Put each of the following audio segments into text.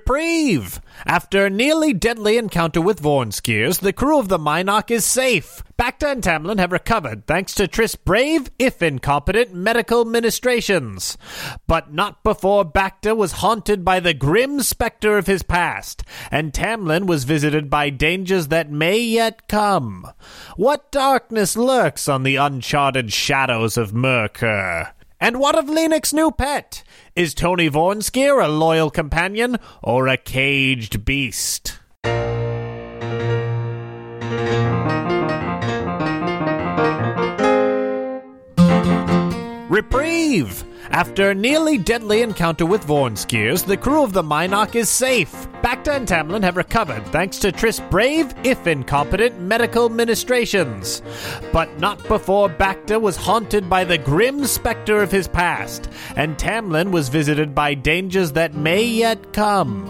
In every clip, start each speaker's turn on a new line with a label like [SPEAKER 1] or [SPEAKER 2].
[SPEAKER 1] Reprieve! After a nearly deadly encounter with Vornskiers, the crew of the Minoc is safe. Bacta and Tamlin have recovered thanks to Triss' brave, if incompetent, medical ministrations. But not before Bacta was haunted by the grim specter of his past, and Tamlin was visited by dangers that may yet come. What darkness lurks on the uncharted shadows of Merkur? And what of Lennox's new pet? Is Tony Vornskier a loyal companion or a caged beast? Reprieve! After a nearly deadly encounter with Vornskiers, the crew of the Minoc is safe. Bacta and Tamlin have recovered thanks to Triss' brave, if incompetent, medical ministrations. But not before Bacta was haunted by the grim specter of his past, and Tamlin was visited by dangers that may yet come.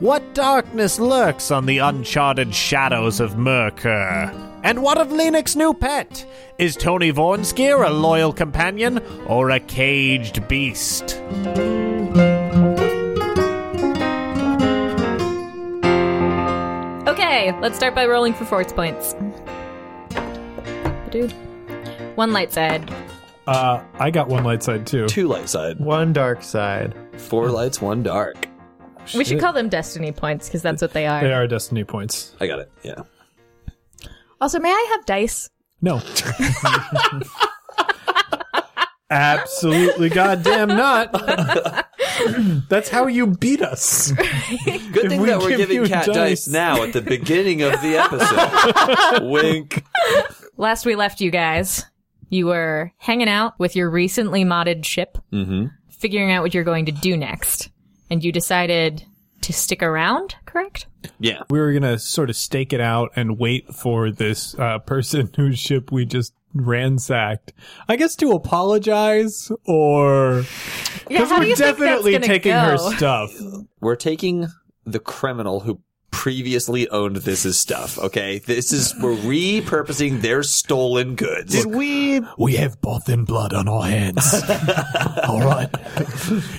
[SPEAKER 1] What darkness lurks on the uncharted shadows of Merkur? And what of Lennox's new pet? Is Tony Vornskier a loyal companion or a caged beast?
[SPEAKER 2] Okay, let's start by rolling for force points. Dude. One light side.
[SPEAKER 3] Uh, I got one light side too.
[SPEAKER 4] Two light side,
[SPEAKER 5] One dark side.
[SPEAKER 4] four lights, one dark.
[SPEAKER 2] We should call them destiny points because that's what they are.
[SPEAKER 3] They are destiny points.
[SPEAKER 4] I got it. Yeah.
[SPEAKER 2] Also, may I have dice?
[SPEAKER 3] No. Absolutely goddamn not. That's how you beat us.
[SPEAKER 4] Good thing
[SPEAKER 3] we
[SPEAKER 4] that we're
[SPEAKER 3] give
[SPEAKER 4] giving
[SPEAKER 3] you
[SPEAKER 4] cat dice.
[SPEAKER 3] dice.
[SPEAKER 4] now at the beginning of the episode. Wink.
[SPEAKER 2] Last we left you guys, you were hanging out with your recently modded ship,
[SPEAKER 4] Mm-hmm.
[SPEAKER 2] figuring out what you're going to do next. And you decided to stick around, correct?
[SPEAKER 4] Yeah.
[SPEAKER 3] We were gonna sort of stake it out and wait for this uh, person whose ship we just ransacked. I guess to apologize or
[SPEAKER 2] Yeah, how do
[SPEAKER 3] we're
[SPEAKER 2] you think that's
[SPEAKER 3] definitely
[SPEAKER 2] gonna
[SPEAKER 3] taking her
[SPEAKER 2] go?
[SPEAKER 3] stuff.
[SPEAKER 4] We're taking the criminal who previously owned this is stuff. Okay. This is we're repurposing their stolen goods.
[SPEAKER 5] Did we
[SPEAKER 3] We have both in blood on our hands. All right.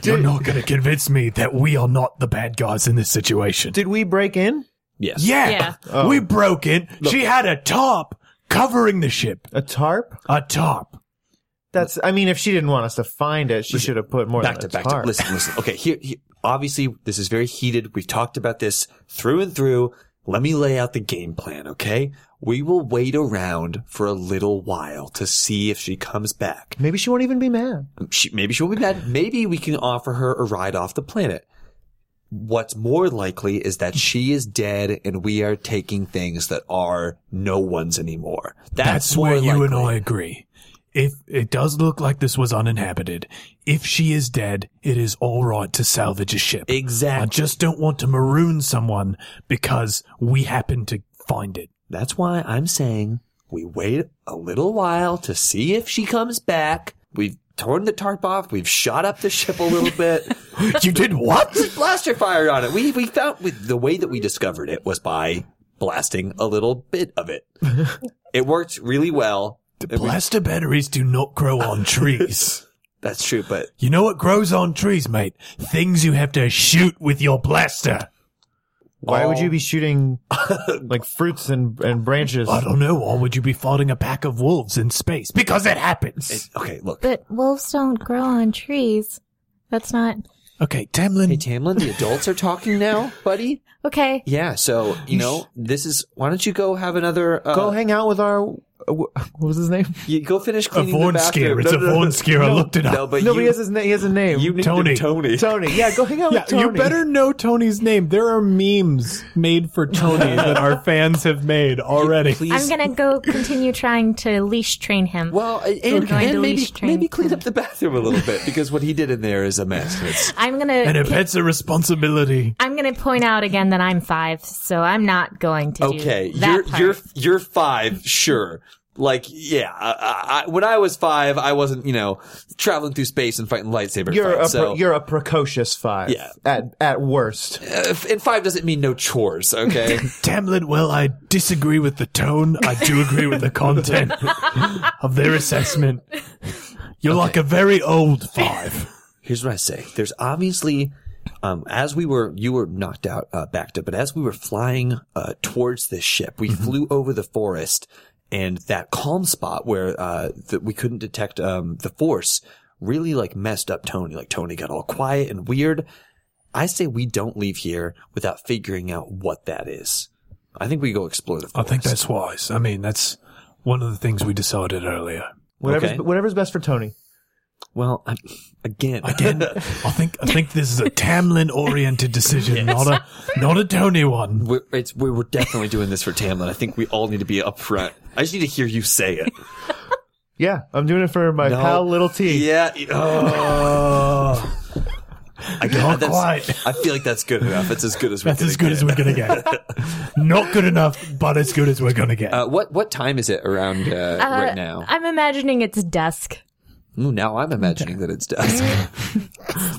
[SPEAKER 3] You're not going to convince me that we are not the bad guys in this situation.
[SPEAKER 5] did we break in?
[SPEAKER 4] yes.
[SPEAKER 3] yeah.
[SPEAKER 2] Yeah.
[SPEAKER 3] We broke it. She had a top covering the ship.
[SPEAKER 5] A tarp?
[SPEAKER 3] A top.
[SPEAKER 5] That's. I mean, if she didn't want us to find it, she should have put more
[SPEAKER 4] Back
[SPEAKER 5] than
[SPEAKER 4] to
[SPEAKER 5] a
[SPEAKER 4] back
[SPEAKER 5] tarp.
[SPEAKER 4] to listen, listen. Okay, here, here obviously this is very heated. We've talked about this through and through. Let me lay out the game plan, okay? We will wait around for a little while to see if she comes back.
[SPEAKER 5] Maybe she won't even be mad.
[SPEAKER 4] She, maybe she won't be mad. Maybe we can offer her a ride off the planet. What's more likely is that she is dead and we are taking things that are no one's anymore. That's,
[SPEAKER 3] That's
[SPEAKER 4] more
[SPEAKER 3] where you and I
[SPEAKER 4] likely.
[SPEAKER 3] agree. If it does look like this was uninhabited, if she is dead, it is all right to salvage a ship. I
[SPEAKER 4] Exactly.
[SPEAKER 3] just don't want to maroon someone because we happen to find it.
[SPEAKER 4] That's why I'm saying we wait a little while to see if she comes back. We've torn the tarp off. We've shot up the ship a little bit.
[SPEAKER 3] you did what?
[SPEAKER 4] We blaster fire on it. We we found we, the way that we discovered it was by blasting a little bit of it. it worked really well. And we-
[SPEAKER 3] Blaster batteries do not grow on trees.
[SPEAKER 4] that's true, but
[SPEAKER 3] You know what grows on trees, mate? Things you have to shoot with your blaster.
[SPEAKER 5] Why would
[SPEAKER 4] all-
[SPEAKER 5] you be shooting like fruits and and branches?
[SPEAKER 3] I don't know. Why would you be fighting a pack of wolves in space? Because it happens.
[SPEAKER 4] It, okay, look.
[SPEAKER 2] But wolves don't grow on trees. That's not
[SPEAKER 3] okay, Tamlin.
[SPEAKER 4] Hey Tamlin, the adults are talking now, buddy.
[SPEAKER 2] okay.
[SPEAKER 4] Yeah, so you know this is. Why don't you go have another? Uh,
[SPEAKER 5] Go hang out with our. uh, What was his name?
[SPEAKER 4] You go finish
[SPEAKER 3] a
[SPEAKER 4] cleaning the
[SPEAKER 3] Vorn
[SPEAKER 4] bathroom.
[SPEAKER 3] scare. It's
[SPEAKER 4] No,
[SPEAKER 3] a
[SPEAKER 4] no, no.
[SPEAKER 3] Vorn scare. I looked it up.
[SPEAKER 4] No, but
[SPEAKER 5] no,
[SPEAKER 4] you,
[SPEAKER 5] but he has his name. He has a name.
[SPEAKER 4] you need
[SPEAKER 3] Tony.
[SPEAKER 4] To Tony.
[SPEAKER 5] Tony. Yeah, go hang out
[SPEAKER 3] Yeah,
[SPEAKER 5] with Tony.
[SPEAKER 3] you better know Tony's name. There are memes made for Tony that our fans have made already.
[SPEAKER 2] I'm
[SPEAKER 4] Please.
[SPEAKER 2] gonna go continue trying to leash train him.
[SPEAKER 4] well, and, and,
[SPEAKER 2] going to
[SPEAKER 4] maybe
[SPEAKER 2] leash train.
[SPEAKER 4] maybe clean up the bathroom a little bit because what he did in there is a mess. It's-
[SPEAKER 2] I'm gonna
[SPEAKER 3] and if it's a responsibility,
[SPEAKER 2] I'm gonna point out again that I'm five, so I'm not going to do
[SPEAKER 4] okay,
[SPEAKER 2] that
[SPEAKER 4] you're
[SPEAKER 2] part.
[SPEAKER 4] you're you're five, sure. Like yeah, I, I, when I was five, I wasn't you know traveling through space and fighting lightsaber
[SPEAKER 5] You're a
[SPEAKER 4] fights.
[SPEAKER 5] pre-
[SPEAKER 4] so
[SPEAKER 5] you're a precocious five.
[SPEAKER 4] Yeah.
[SPEAKER 5] At at worst.
[SPEAKER 4] uh, f- and five doesn't mean no chores. Okay,
[SPEAKER 3] Tamlin, well, I disagree with the tone. I do agree with the content of their assessment. You're like a very old five.
[SPEAKER 4] here's what I say. There's obviously um, as we were, you were knocked out, uh, backed up, but as we were flying uh, towards this ship,
[SPEAKER 3] Mm-hmm.
[SPEAKER 4] we flew over the forest, and that calm spot where uh, that we couldn't detect um, the force really like messed up Tony. Like Tony got all quiet and weird. I say we don't leave here without figuring out what that is. I think we go explore the
[SPEAKER 3] I
[SPEAKER 4] forest.
[SPEAKER 3] think that's wise. I mean, that's one of the things we decided earlier.
[SPEAKER 5] Whatever's,
[SPEAKER 4] Okay.
[SPEAKER 5] whatever's best for Tony.
[SPEAKER 4] Well, I, again,
[SPEAKER 3] Again, I think I think this is a Tamlin-oriented decision, not a not a Tony one.
[SPEAKER 4] we're, it's, we're we're definitely doing this for Tamlin. I think we all need to be upfront. I just need to hear you say it.
[SPEAKER 5] Yeah, I'm doing it for my
[SPEAKER 4] No.
[SPEAKER 5] pal Little T.
[SPEAKER 4] Yeah. Oh. I,
[SPEAKER 3] Not
[SPEAKER 4] that's-
[SPEAKER 3] quite.
[SPEAKER 4] I feel like that's good enough. It's as good as we're
[SPEAKER 3] That's
[SPEAKER 4] gonna
[SPEAKER 3] as good
[SPEAKER 4] get.
[SPEAKER 3] as we're gonna get. not good enough, but as good as we're gonna get.
[SPEAKER 4] Uh, what what time is it around uh, right now?
[SPEAKER 2] I'm imagining it's dusk.
[SPEAKER 4] Ooh, now I'm imagining that it's dusk.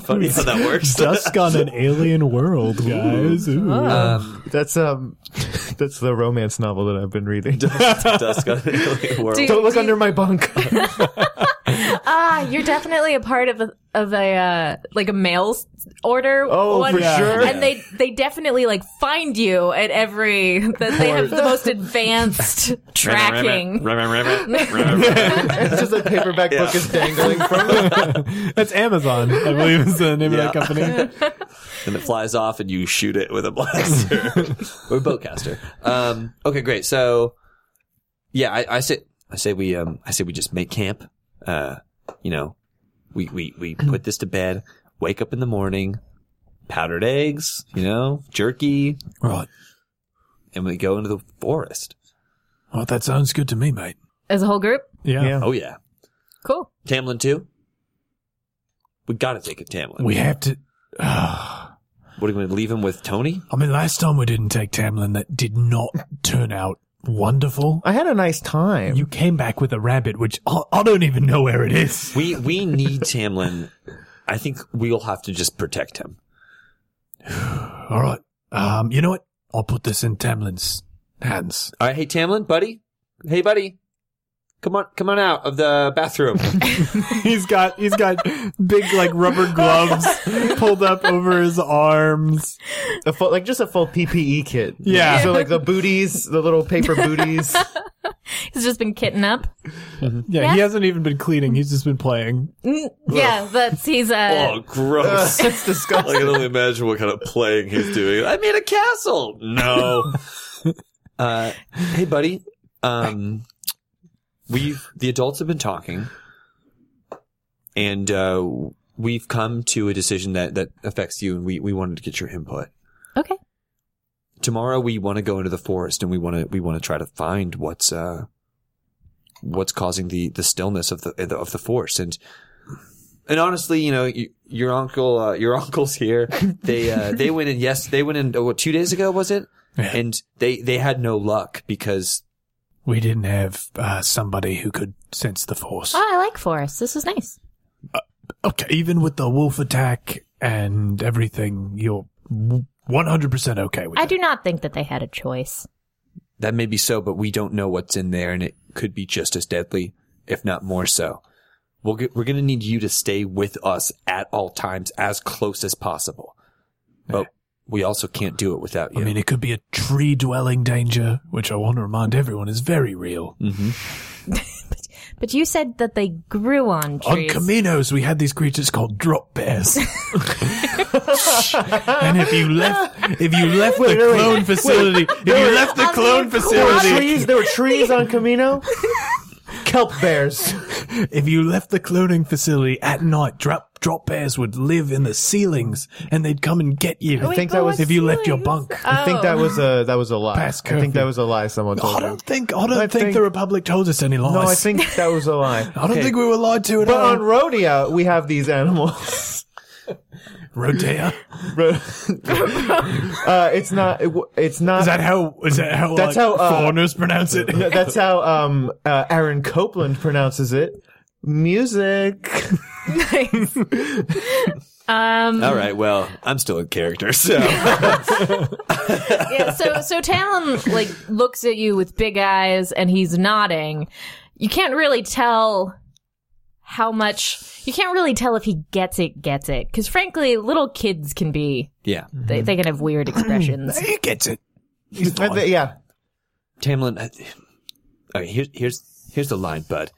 [SPEAKER 4] Funny how that works.
[SPEAKER 6] Dusk on an alien world, guys. Ooh.
[SPEAKER 5] That's um, that's the romance novel that I've been reading.
[SPEAKER 4] dusk on the alien world.
[SPEAKER 2] Do-
[SPEAKER 5] Don't look under my bunk.
[SPEAKER 2] Ah, you're definitely a part of a, of a uh, like a mail s- order.
[SPEAKER 5] Oh,
[SPEAKER 2] one,
[SPEAKER 5] for sure.
[SPEAKER 2] And they they definitely like find you at every that they have the most advanced tracking.
[SPEAKER 5] it's just a paperback book is dangling from it.
[SPEAKER 6] That's Amazon, I believe is the name
[SPEAKER 4] Yeah.
[SPEAKER 6] of that company.
[SPEAKER 4] and it flies off and you shoot it with a blaster or a boatcaster. Um, okay, great. So, yeah, I, I say I say we um I say we just make camp. Uh, you know, we we we put this to bed. Wake up in the morning, powdered eggs, you know, jerky,
[SPEAKER 3] right.
[SPEAKER 4] and we go into the forest.
[SPEAKER 3] Well, that sounds good to me, mate.
[SPEAKER 2] As a whole group,
[SPEAKER 6] Yeah.
[SPEAKER 5] Yeah.
[SPEAKER 4] Oh yeah,
[SPEAKER 2] cool.
[SPEAKER 4] Tamlin too. We gotta take a Tamlin.
[SPEAKER 3] We have to.
[SPEAKER 4] what are we gonna leave him with Tony?
[SPEAKER 3] I mean, last time we didn't take Tamlin, that did not turn out wonderful.
[SPEAKER 5] I had a nice time.
[SPEAKER 3] You came back with a rabbit, which I, I don't even know where it is.
[SPEAKER 4] We we need Tamlin. I think we'll have to just protect him.
[SPEAKER 3] All right. Um, you know what? I'll put this in Tamlin's hands.
[SPEAKER 4] All right, hey Tamlin, buddy. Hey, buddy. Come on, come on out of the bathroom.
[SPEAKER 6] He's got he's got big like rubber gloves pulled up over his arms.
[SPEAKER 5] a full, like just a full PPE kit.
[SPEAKER 6] Yeah.
[SPEAKER 5] So like the booties, the little paper booties.
[SPEAKER 2] He's just been kitten up.
[SPEAKER 6] Yeah,
[SPEAKER 2] Yeah.
[SPEAKER 6] he hasn't even been cleaning. He's just been playing.
[SPEAKER 2] Mm, yeah, that's he's uh,
[SPEAKER 4] oh, gross!
[SPEAKER 5] That's disgusting.
[SPEAKER 4] I can only imagine what kind of playing he's doing. I made a castle. No. uh, hey, buddy. Um, we've the adults have been talking, and uh, we've come to a decision that that affects you, and we we wanted to get your input.
[SPEAKER 2] okay.
[SPEAKER 4] tomorrow we want to go into the forest and we want to we want to try to find what's uh what's causing the the stillness of the of the forest and and honestly you know you, your uncle uh, your uncle's here they uh they went in yes they went in oh, what, two days ago was it
[SPEAKER 3] Yeah.
[SPEAKER 4] and they they had no luck because
[SPEAKER 3] We didn't have uh, somebody who could sense the force.
[SPEAKER 2] Oh, I like Forrest. This was nice.
[SPEAKER 3] Okay, even with the wolf attack and everything, you're 100% okay with
[SPEAKER 2] I
[SPEAKER 3] it.
[SPEAKER 2] do not think that they had a choice.
[SPEAKER 4] that may be so but we don't know what's in there and it could be just as deadly if not more so we'll get, we're going to need you to stay with us at all times as close as possible but we also can't do it without you
[SPEAKER 3] I mean, it could be a tree dwelling danger, which I want to remind everyone is very real.
[SPEAKER 5] Mm.
[SPEAKER 2] But you said that they grew on trees.
[SPEAKER 3] On Caminos, we had these creatures called drop bears. and if you left, if you left the
[SPEAKER 5] wait, wait.
[SPEAKER 3] clone facility, if you left the
[SPEAKER 2] other
[SPEAKER 3] clone
[SPEAKER 5] There were
[SPEAKER 3] facility,
[SPEAKER 5] trees. There were trees on Camino. Kelp bears.
[SPEAKER 3] if you left the cloning facility at night, drop drop bears would live in the ceilings and they'd come and get you.
[SPEAKER 5] I think that was.
[SPEAKER 3] if you left your bunk.
[SPEAKER 5] I think that was a that was a lie.
[SPEAKER 3] Pass
[SPEAKER 5] I think
[SPEAKER 3] curfew.
[SPEAKER 5] that was a lie. Someone
[SPEAKER 3] I
[SPEAKER 5] told me.
[SPEAKER 3] don't think I don't
[SPEAKER 5] I
[SPEAKER 3] think,
[SPEAKER 5] think-
[SPEAKER 3] the Republic told us any lies.
[SPEAKER 5] No, I think that was a lie.
[SPEAKER 3] I don't think we were lied to at
[SPEAKER 5] But
[SPEAKER 3] all.
[SPEAKER 5] on Rodeo, we have these animals.
[SPEAKER 3] Rodea.
[SPEAKER 5] Ro- uh, it's not. It, w- it's not.
[SPEAKER 3] Is that how is that how
[SPEAKER 5] That's
[SPEAKER 3] like,
[SPEAKER 5] how, uh,
[SPEAKER 3] foreigners pronounce it?
[SPEAKER 5] No, that's how um, uh, Aaron Copeland pronounces it. Music.
[SPEAKER 4] all right well i'm still in character so
[SPEAKER 2] yeah, so so Talon like looks at you with big eyes and he's nodding. You can't really tell how much you can't really tell if he gets it, gets it. Because frankly, little kids can be
[SPEAKER 4] Yeah.
[SPEAKER 2] they, they can have weird expressions.
[SPEAKER 7] He gets it.
[SPEAKER 5] Uh, th- yeah.
[SPEAKER 4] Tamlin, I, okay, here's here's here's the line, bud.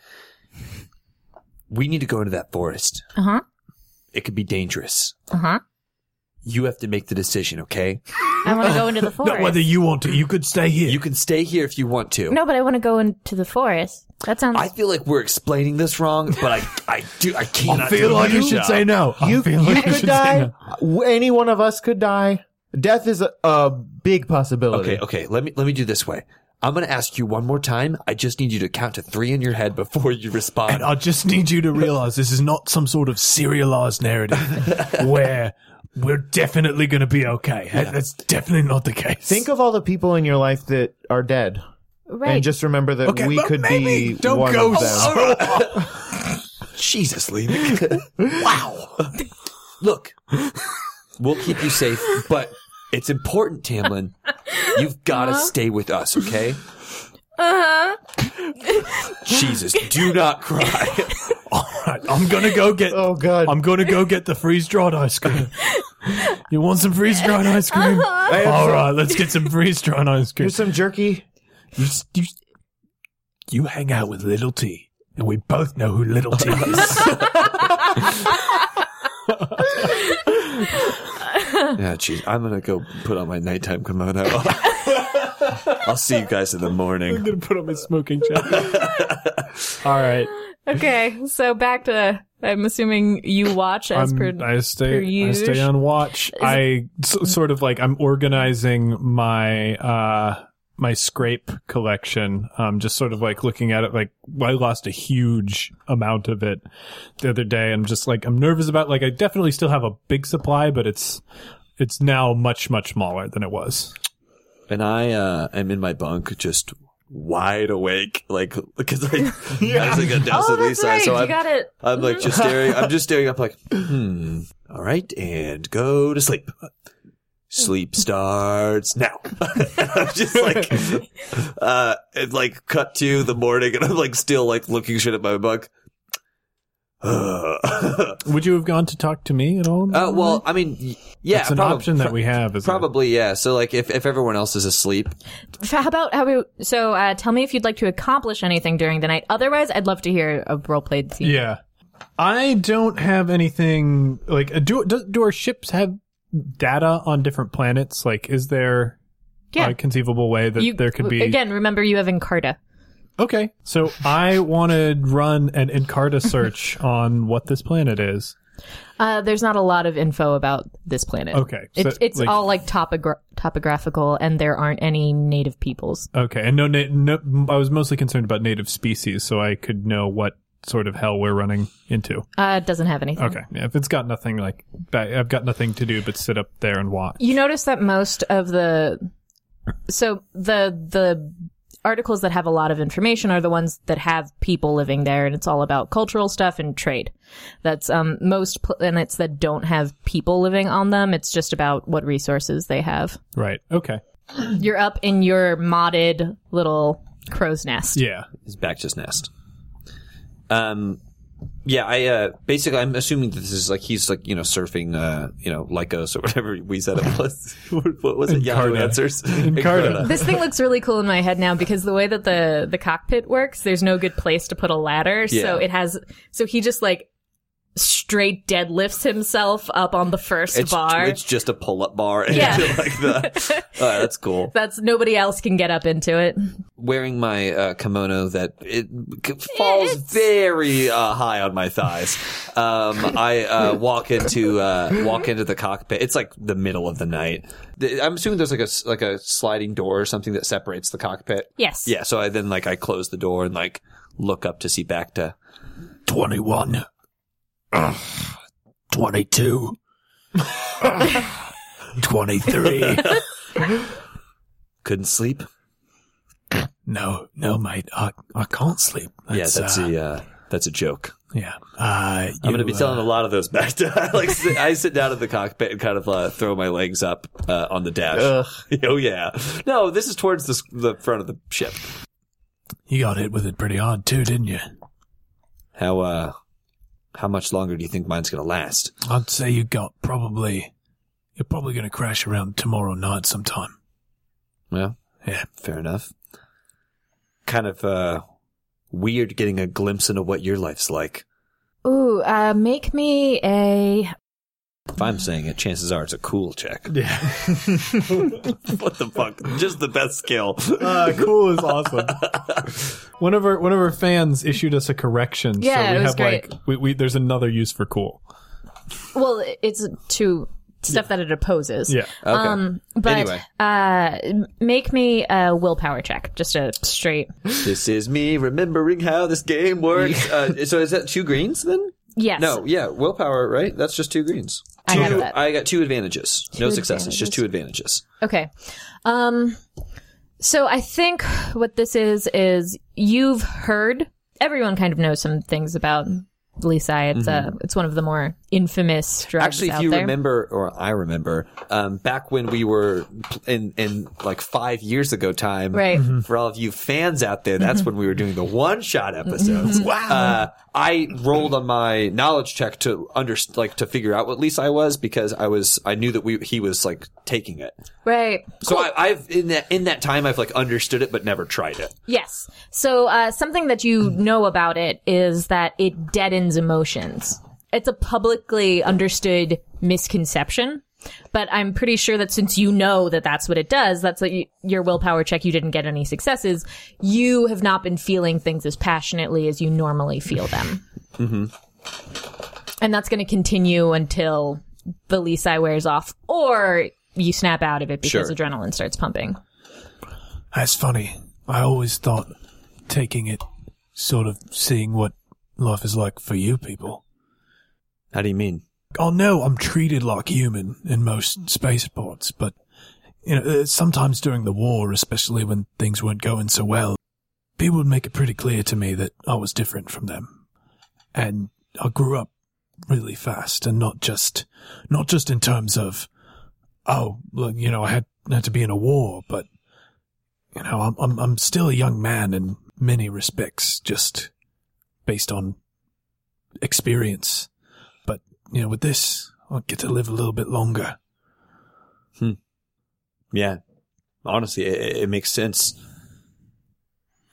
[SPEAKER 4] We need to go into that forest.
[SPEAKER 2] Uh huh.
[SPEAKER 4] It could be dangerous.
[SPEAKER 2] Uh huh.
[SPEAKER 4] You have to make the decision, okay?
[SPEAKER 2] I want to go into the
[SPEAKER 7] Not whether
[SPEAKER 2] forest.
[SPEAKER 7] you want to. You could stay here.
[SPEAKER 4] You can stay here if you want to.
[SPEAKER 2] No, but I want to go into the forest. That sounds.
[SPEAKER 4] I feel like we're explaining this wrong, but I I do I cannot
[SPEAKER 7] I feel
[SPEAKER 4] do
[SPEAKER 7] like you
[SPEAKER 4] this
[SPEAKER 7] should
[SPEAKER 4] job.
[SPEAKER 7] say no. I
[SPEAKER 5] You,
[SPEAKER 7] feel
[SPEAKER 5] you
[SPEAKER 7] like
[SPEAKER 5] could
[SPEAKER 7] should
[SPEAKER 5] die. W- Any one of us could die. Death is a, a big possibility.
[SPEAKER 4] Okay, okay. Let me let me do this way. I'm gonna ask you one more time. I just need you to count to three in your head before you respond.
[SPEAKER 7] And I just need you to realize this is not some sort of serialized narrative where we're definitely going to be okay. That's definitely not the case.
[SPEAKER 5] Think of all the people in your life that are dead,
[SPEAKER 2] right.
[SPEAKER 5] and just remember that
[SPEAKER 7] Okay,
[SPEAKER 5] we
[SPEAKER 7] but
[SPEAKER 5] could
[SPEAKER 7] maybe
[SPEAKER 5] be
[SPEAKER 7] don't
[SPEAKER 5] one
[SPEAKER 7] go
[SPEAKER 5] of them.
[SPEAKER 7] so-
[SPEAKER 4] Oh. Jesus, Lee. wow. Look, we'll keep you safe, but it's important, Tamlin. You've got to stay with us, okay?
[SPEAKER 2] uh
[SPEAKER 4] Jesus, do not cry.
[SPEAKER 7] All right, I'm gonna go get.
[SPEAKER 5] Oh God!
[SPEAKER 7] I'm gonna go get the freeze dried ice cream. You want some freeze dried ice cream?
[SPEAKER 2] huh.
[SPEAKER 5] I have
[SPEAKER 7] All
[SPEAKER 5] some-
[SPEAKER 7] right, let's get some freeze dried ice cream.
[SPEAKER 5] Here's some jerky.
[SPEAKER 7] You, s- you, s- you hang out with Little T, and we both know who Little T is.
[SPEAKER 4] Yeah, jeez, I'm gonna go put on my nighttime kimono. I'll see you guys in the morning.
[SPEAKER 3] gonna put on my smoking jacket.
[SPEAKER 5] All right.
[SPEAKER 2] Okay, so back to. I'm assuming you watch as per.
[SPEAKER 3] I'm, I
[SPEAKER 2] per
[SPEAKER 3] stay. I
[SPEAKER 2] use.
[SPEAKER 3] stay on watch. I s- sort of like I'm organizing my uh my scrape collection. Um, just sort of like looking at it. Like I lost a huge amount of it the other day. I'm just like I'm nervous about. Like I definitely still have a big supply, but it's it's now much much smaller than it was.
[SPEAKER 4] And I uh, am in my bunk, just wide awake, like because I, I was like a douse
[SPEAKER 2] oh, that's
[SPEAKER 4] at Lisa,
[SPEAKER 2] right.
[SPEAKER 4] so
[SPEAKER 2] you
[SPEAKER 4] I'm
[SPEAKER 2] got it.
[SPEAKER 4] I'm like just
[SPEAKER 3] Mm-hmm.
[SPEAKER 4] staring. I'm just staring up, like, hmm. All right, and go to sleep. Sleep starts now. And I'm just like, uh, and like cut to the morning, and I'm like still like looking shit at my book. Uh,
[SPEAKER 3] Would you have gone to talk to me at all?
[SPEAKER 4] uh, well, I mean, y- yeah,
[SPEAKER 3] it's Mm-hmm. an
[SPEAKER 4] prob-
[SPEAKER 3] option that
[SPEAKER 4] pro-
[SPEAKER 3] we have. Is
[SPEAKER 4] probably yeah. So like, if if everyone else is asleep,
[SPEAKER 2] F- How about how about so? Uh, tell me if you'd like to accomplish anything during the night. Otherwise, I'd love to hear a role played scene.
[SPEAKER 3] Yeah. I don't have anything like uh, do do, do our ships have data on different planets? Like is there
[SPEAKER 2] Yeah.
[SPEAKER 3] a conceivable way that
[SPEAKER 2] You-
[SPEAKER 3] uh, there could be
[SPEAKER 2] again. Remember, you have Encarta.
[SPEAKER 3] Okay. So I want to run an Encarta search on what this planet is.
[SPEAKER 2] Uh, there's not a lot of info about this planet.
[SPEAKER 3] Okay. So,
[SPEAKER 2] It, it's
[SPEAKER 3] like-
[SPEAKER 2] all like topogra- topographical, and there aren't any native peoples.
[SPEAKER 3] Okay. And no, na- no I was mostly concerned about native species so I could know what sort of hell we're running into.
[SPEAKER 2] Uh, it doesn't have anything.
[SPEAKER 3] Okay. Yeah, if it's got nothing like ba- I've got nothing to do but sit up there and watch.
[SPEAKER 2] You notice that most of the so the the articles that have a lot of information are the ones that have people living there, and it's all about cultural stuff and trade. That's um most planets that don't have people living on them. It's just about what resources they have.
[SPEAKER 3] Right. Okay.
[SPEAKER 2] You're up in your modded little crow's nest.
[SPEAKER 3] Yeah.
[SPEAKER 4] his back just nest. Um, yeah, I uh, basically I'm assuming that this is like he's like you know surfing, uh, you know, Lycos or whatever we said it was. what was it? Yahoo
[SPEAKER 3] Encarta.
[SPEAKER 4] Answers.
[SPEAKER 3] Encarta.
[SPEAKER 2] This thing looks really cool in my head now because the way that the the cockpit works, there's no good place to put a ladder,
[SPEAKER 4] Yeah.
[SPEAKER 2] so it has so he just like straight deadlifts himself up on the first
[SPEAKER 4] It's,
[SPEAKER 2] bar.
[SPEAKER 4] it's just a pull-up bar. And
[SPEAKER 2] Yeah.
[SPEAKER 4] like the, uh, that's cool.
[SPEAKER 2] That's nobody else can get up into it.
[SPEAKER 4] Wearing my uh, kimono that it c- falls
[SPEAKER 2] It's-
[SPEAKER 4] very uh, high on my thighs. Um, I uh, walk into uh, walk into the cockpit. It's like the middle of the night. The- I'm assuming there's like a s- like a sliding door or something that separates the cockpit.
[SPEAKER 2] Yes.
[SPEAKER 4] Yeah, so I then like I close the door and like look up to see Bacta.
[SPEAKER 7] 21. Ugh. 22. Ugh. 23.
[SPEAKER 4] Couldn't sleep.
[SPEAKER 7] No, no, mate. I, I can't sleep.
[SPEAKER 4] yeah, that's
[SPEAKER 7] uh,
[SPEAKER 4] a uh, that's a joke.
[SPEAKER 7] Yeah. Uh,
[SPEAKER 4] I'm gonna
[SPEAKER 7] you,
[SPEAKER 4] be telling a lot of those Bacta. I like sit, I sit down in the cockpit and kind of uh, throw my legs up uh, on the dash.
[SPEAKER 5] Ugh.
[SPEAKER 4] oh yeah, no, this is towards the s- the front of the ship.
[SPEAKER 7] You got hit with it pretty hard, too, didn't you?
[SPEAKER 4] How uh How much longer do you think mine's going to last?
[SPEAKER 3] I'd say you got probably. You're probably going to crash around tomorrow night sometime.
[SPEAKER 4] Well,
[SPEAKER 3] Yeah.
[SPEAKER 4] fair enough. Kind of uh, weird getting a glimpse into what your life's like.
[SPEAKER 2] Ooh, uh, make me a.
[SPEAKER 4] If I'm saying it, chances are it's a cool check. Yeah. what the fuck? Just the best skill.
[SPEAKER 8] Uh, cool is awesome. one of our one of our fans issued us a correction,
[SPEAKER 2] Yeah,
[SPEAKER 8] so
[SPEAKER 2] it
[SPEAKER 8] we
[SPEAKER 2] was
[SPEAKER 8] have
[SPEAKER 2] great.
[SPEAKER 8] like we, we there's another use for cool.
[SPEAKER 2] Well, it's to stuff that it opposes.
[SPEAKER 8] Yeah.
[SPEAKER 4] Okay.
[SPEAKER 2] Um, but
[SPEAKER 4] Anyway.
[SPEAKER 2] uh, make me a willpower check, just a straight.
[SPEAKER 4] this is me remembering how this game works. Uh, so is that two greens then?
[SPEAKER 2] Yes.
[SPEAKER 4] No, yeah, willpower, right? That's just two greens.
[SPEAKER 2] I
[SPEAKER 4] two,
[SPEAKER 2] have that.
[SPEAKER 4] I got two advantages. no successes, just two advantages.
[SPEAKER 2] Okay. Um, so I think what this is is you've heard everyone kind of knows some things about Lisai. It's uh it's one of the more infamous drugs
[SPEAKER 4] Mm-hmm. Actually, if
[SPEAKER 2] out
[SPEAKER 4] you
[SPEAKER 2] there.
[SPEAKER 4] remember, or I remember, um, back when we were pl- in in like five years ago time,
[SPEAKER 2] Right.
[SPEAKER 4] For all of you fans out there, that's when we were doing the one shot episodes. Mm-hmm. wow! Uh, I rolled on my knowledge check to under like to figure out what lease I was because I was I knew that we he was like taking it.
[SPEAKER 2] right.
[SPEAKER 4] So I, I've in that in that time I've like understood it but never tried it.
[SPEAKER 2] Yes. So uh, something that you know about it is that it deadens emotions. It's a publicly understood misconception, but I'm pretty sure that since you know that that's what it does, that's what you, your willpower check. You didn't get any successes. You have not been feeling things as passionately as you normally feel them, mm-hmm. and that's going to continue until the Lisai wears off, or you snap out of it because
[SPEAKER 4] Sure.
[SPEAKER 2] adrenaline starts pumping.
[SPEAKER 3] That's funny. I always thought taking it, sort of seeing what life is like for you people.
[SPEAKER 4] How do you mean?
[SPEAKER 3] Oh no, I'm treated like human in most spaceports, but you know, uh, sometimes during the war, especially when things weren't going so well, people would make it pretty clear to me that I was different from them, and I grew up really fast, and not just, not just in terms of, oh, well, you know, I had had to be in a war, but you know, I'm I'm, I'm still a young man in many respects, just based on experience but you know, with this, I'll get to live a little bit longer.
[SPEAKER 4] Yeah. Honestly, it- it, it makes sense.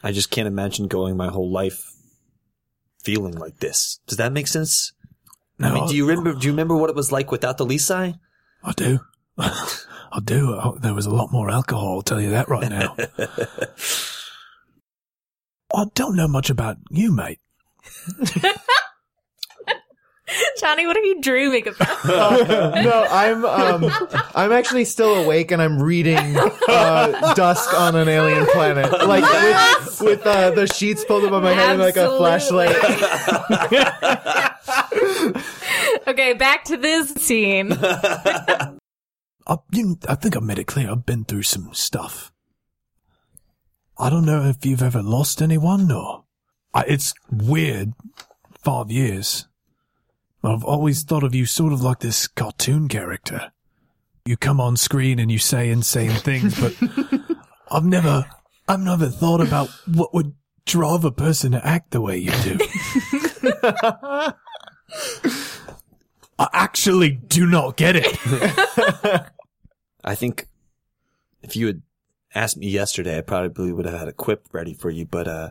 [SPEAKER 4] I just can't imagine going my whole life feeling like this. Does that make sense?
[SPEAKER 3] No,
[SPEAKER 4] I mean, do you remember? Do you remember what it was like without the Lisai?
[SPEAKER 3] I do. I do. I, there was a lot more alcohol. I'll tell you that right now. I don't know much about you, mate.
[SPEAKER 2] Johnny, what are you dreaming about?
[SPEAKER 5] no, I'm um, I'm actually still awake and I'm reading uh, Dusk on an Alien Planet, like with, with uh, the sheets pulled up on my head and like a
[SPEAKER 2] Absolutely.
[SPEAKER 5] flashlight.
[SPEAKER 2] Okay, back to this scene.
[SPEAKER 3] I, you, I think I made it clear. I've been through some stuff. I don't know if you've ever lost anyone or. I, it's weird. Five years. I've always thought of you sort of like this cartoon character. You come on screen and you say insane things, but I've never, I've never thought about what would drive a person to act the way you do. I actually do not get it.
[SPEAKER 4] I think if you had asked me yesterday, I probably would have had a quip ready for you. But uh,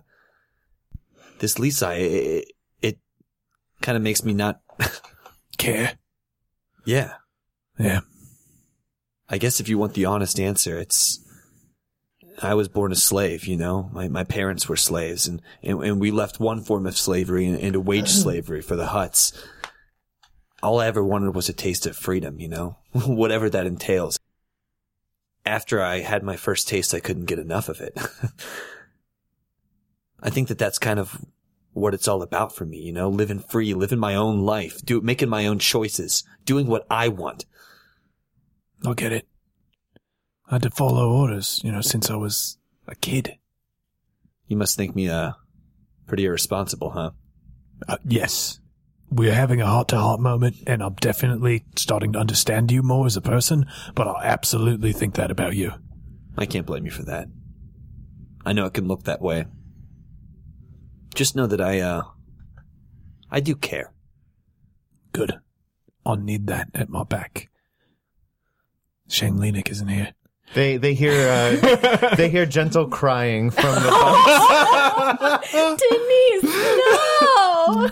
[SPEAKER 4] this Lisai, it, it kind of makes me not.
[SPEAKER 3] Care.
[SPEAKER 4] Yeah,
[SPEAKER 3] Yeah.
[SPEAKER 4] I guess if you want the honest answer, it's I was born a slave, you know. My my parents were slaves and, and, and we left one form of slavery and, into wage slavery for the huts. All I ever wanted was a taste of freedom, you know? Whatever that entails. After I had my first taste, I couldn't get enough of it. I think that that's kind of what it's all about for me, you know, living free, living my own life, do making my own choices, doing what I want.
[SPEAKER 3] I get it. I had to follow orders, you know, since I was a kid.
[SPEAKER 4] You must think me uh pretty irresponsible, huh?
[SPEAKER 3] Uh, yes. We're having a heart to heart moment, and I'm definitely starting to understand you more as a person, but I absolutely think that about you.
[SPEAKER 4] I can't blame you for that. I know it can look that way. Just know that I uh I do care.
[SPEAKER 7] Good. I'll need that at my back. Shame Lenik isn't here.
[SPEAKER 5] They they hear uh, they hear gentle crying from the
[SPEAKER 2] Denise, no.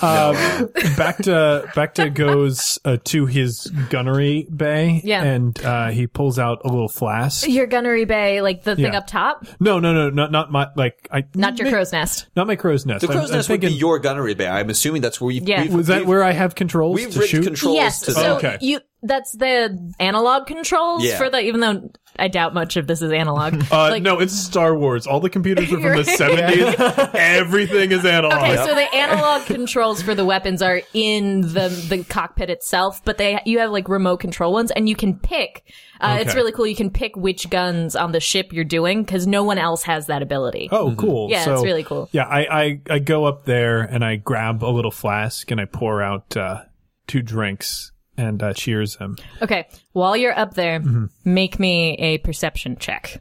[SPEAKER 3] Um, back to back to goes uh, to his gunnery bay,
[SPEAKER 2] Yeah.
[SPEAKER 3] and uh, he pulls out a little flask.
[SPEAKER 2] Your gunnery bay, like the thing
[SPEAKER 3] Yeah.
[SPEAKER 2] up top,
[SPEAKER 3] No, no, no, not not my like I
[SPEAKER 2] not your
[SPEAKER 3] ma-
[SPEAKER 2] crow's nest.
[SPEAKER 3] not my crow's nest.
[SPEAKER 4] The
[SPEAKER 3] I'm-
[SPEAKER 4] crow's
[SPEAKER 3] I'm
[SPEAKER 4] nest would be
[SPEAKER 3] thinking-
[SPEAKER 4] your gunnery bay. I'm assuming that's where you've.
[SPEAKER 2] Yeah.
[SPEAKER 4] We've,
[SPEAKER 3] Was that
[SPEAKER 4] we've-
[SPEAKER 3] where I have controls
[SPEAKER 4] We've
[SPEAKER 3] to
[SPEAKER 4] rigged
[SPEAKER 3] shoot?
[SPEAKER 4] controls
[SPEAKER 2] yes,
[SPEAKER 4] to
[SPEAKER 2] so
[SPEAKER 4] them.
[SPEAKER 3] Okay.
[SPEAKER 2] you that's the analog controls
[SPEAKER 4] Yeah.
[SPEAKER 2] for the even though I doubt much of this is analog.
[SPEAKER 3] Uh,
[SPEAKER 2] Like-
[SPEAKER 3] no, it's Star Wars. All the computers are from the
[SPEAKER 2] Right.
[SPEAKER 3] seventies. Everything is analog.
[SPEAKER 2] Okay, so the analog controls for the weapons are in the the cockpit itself, but they you have like remote control ones, and you can pick. Uh, It's
[SPEAKER 3] Okay.
[SPEAKER 2] really cool. You can pick which guns on the ship you're doing because no one else has that ability.
[SPEAKER 3] Oh, cool.
[SPEAKER 2] Yeah,
[SPEAKER 3] so,
[SPEAKER 2] it's really cool.
[SPEAKER 3] Yeah, I, I, I go up there and I grab a little flask and I pour out uh, two drinks and uh, cheers him.
[SPEAKER 2] Okay, while you're up there,
[SPEAKER 3] Mm-hmm.
[SPEAKER 2] make me a perception check.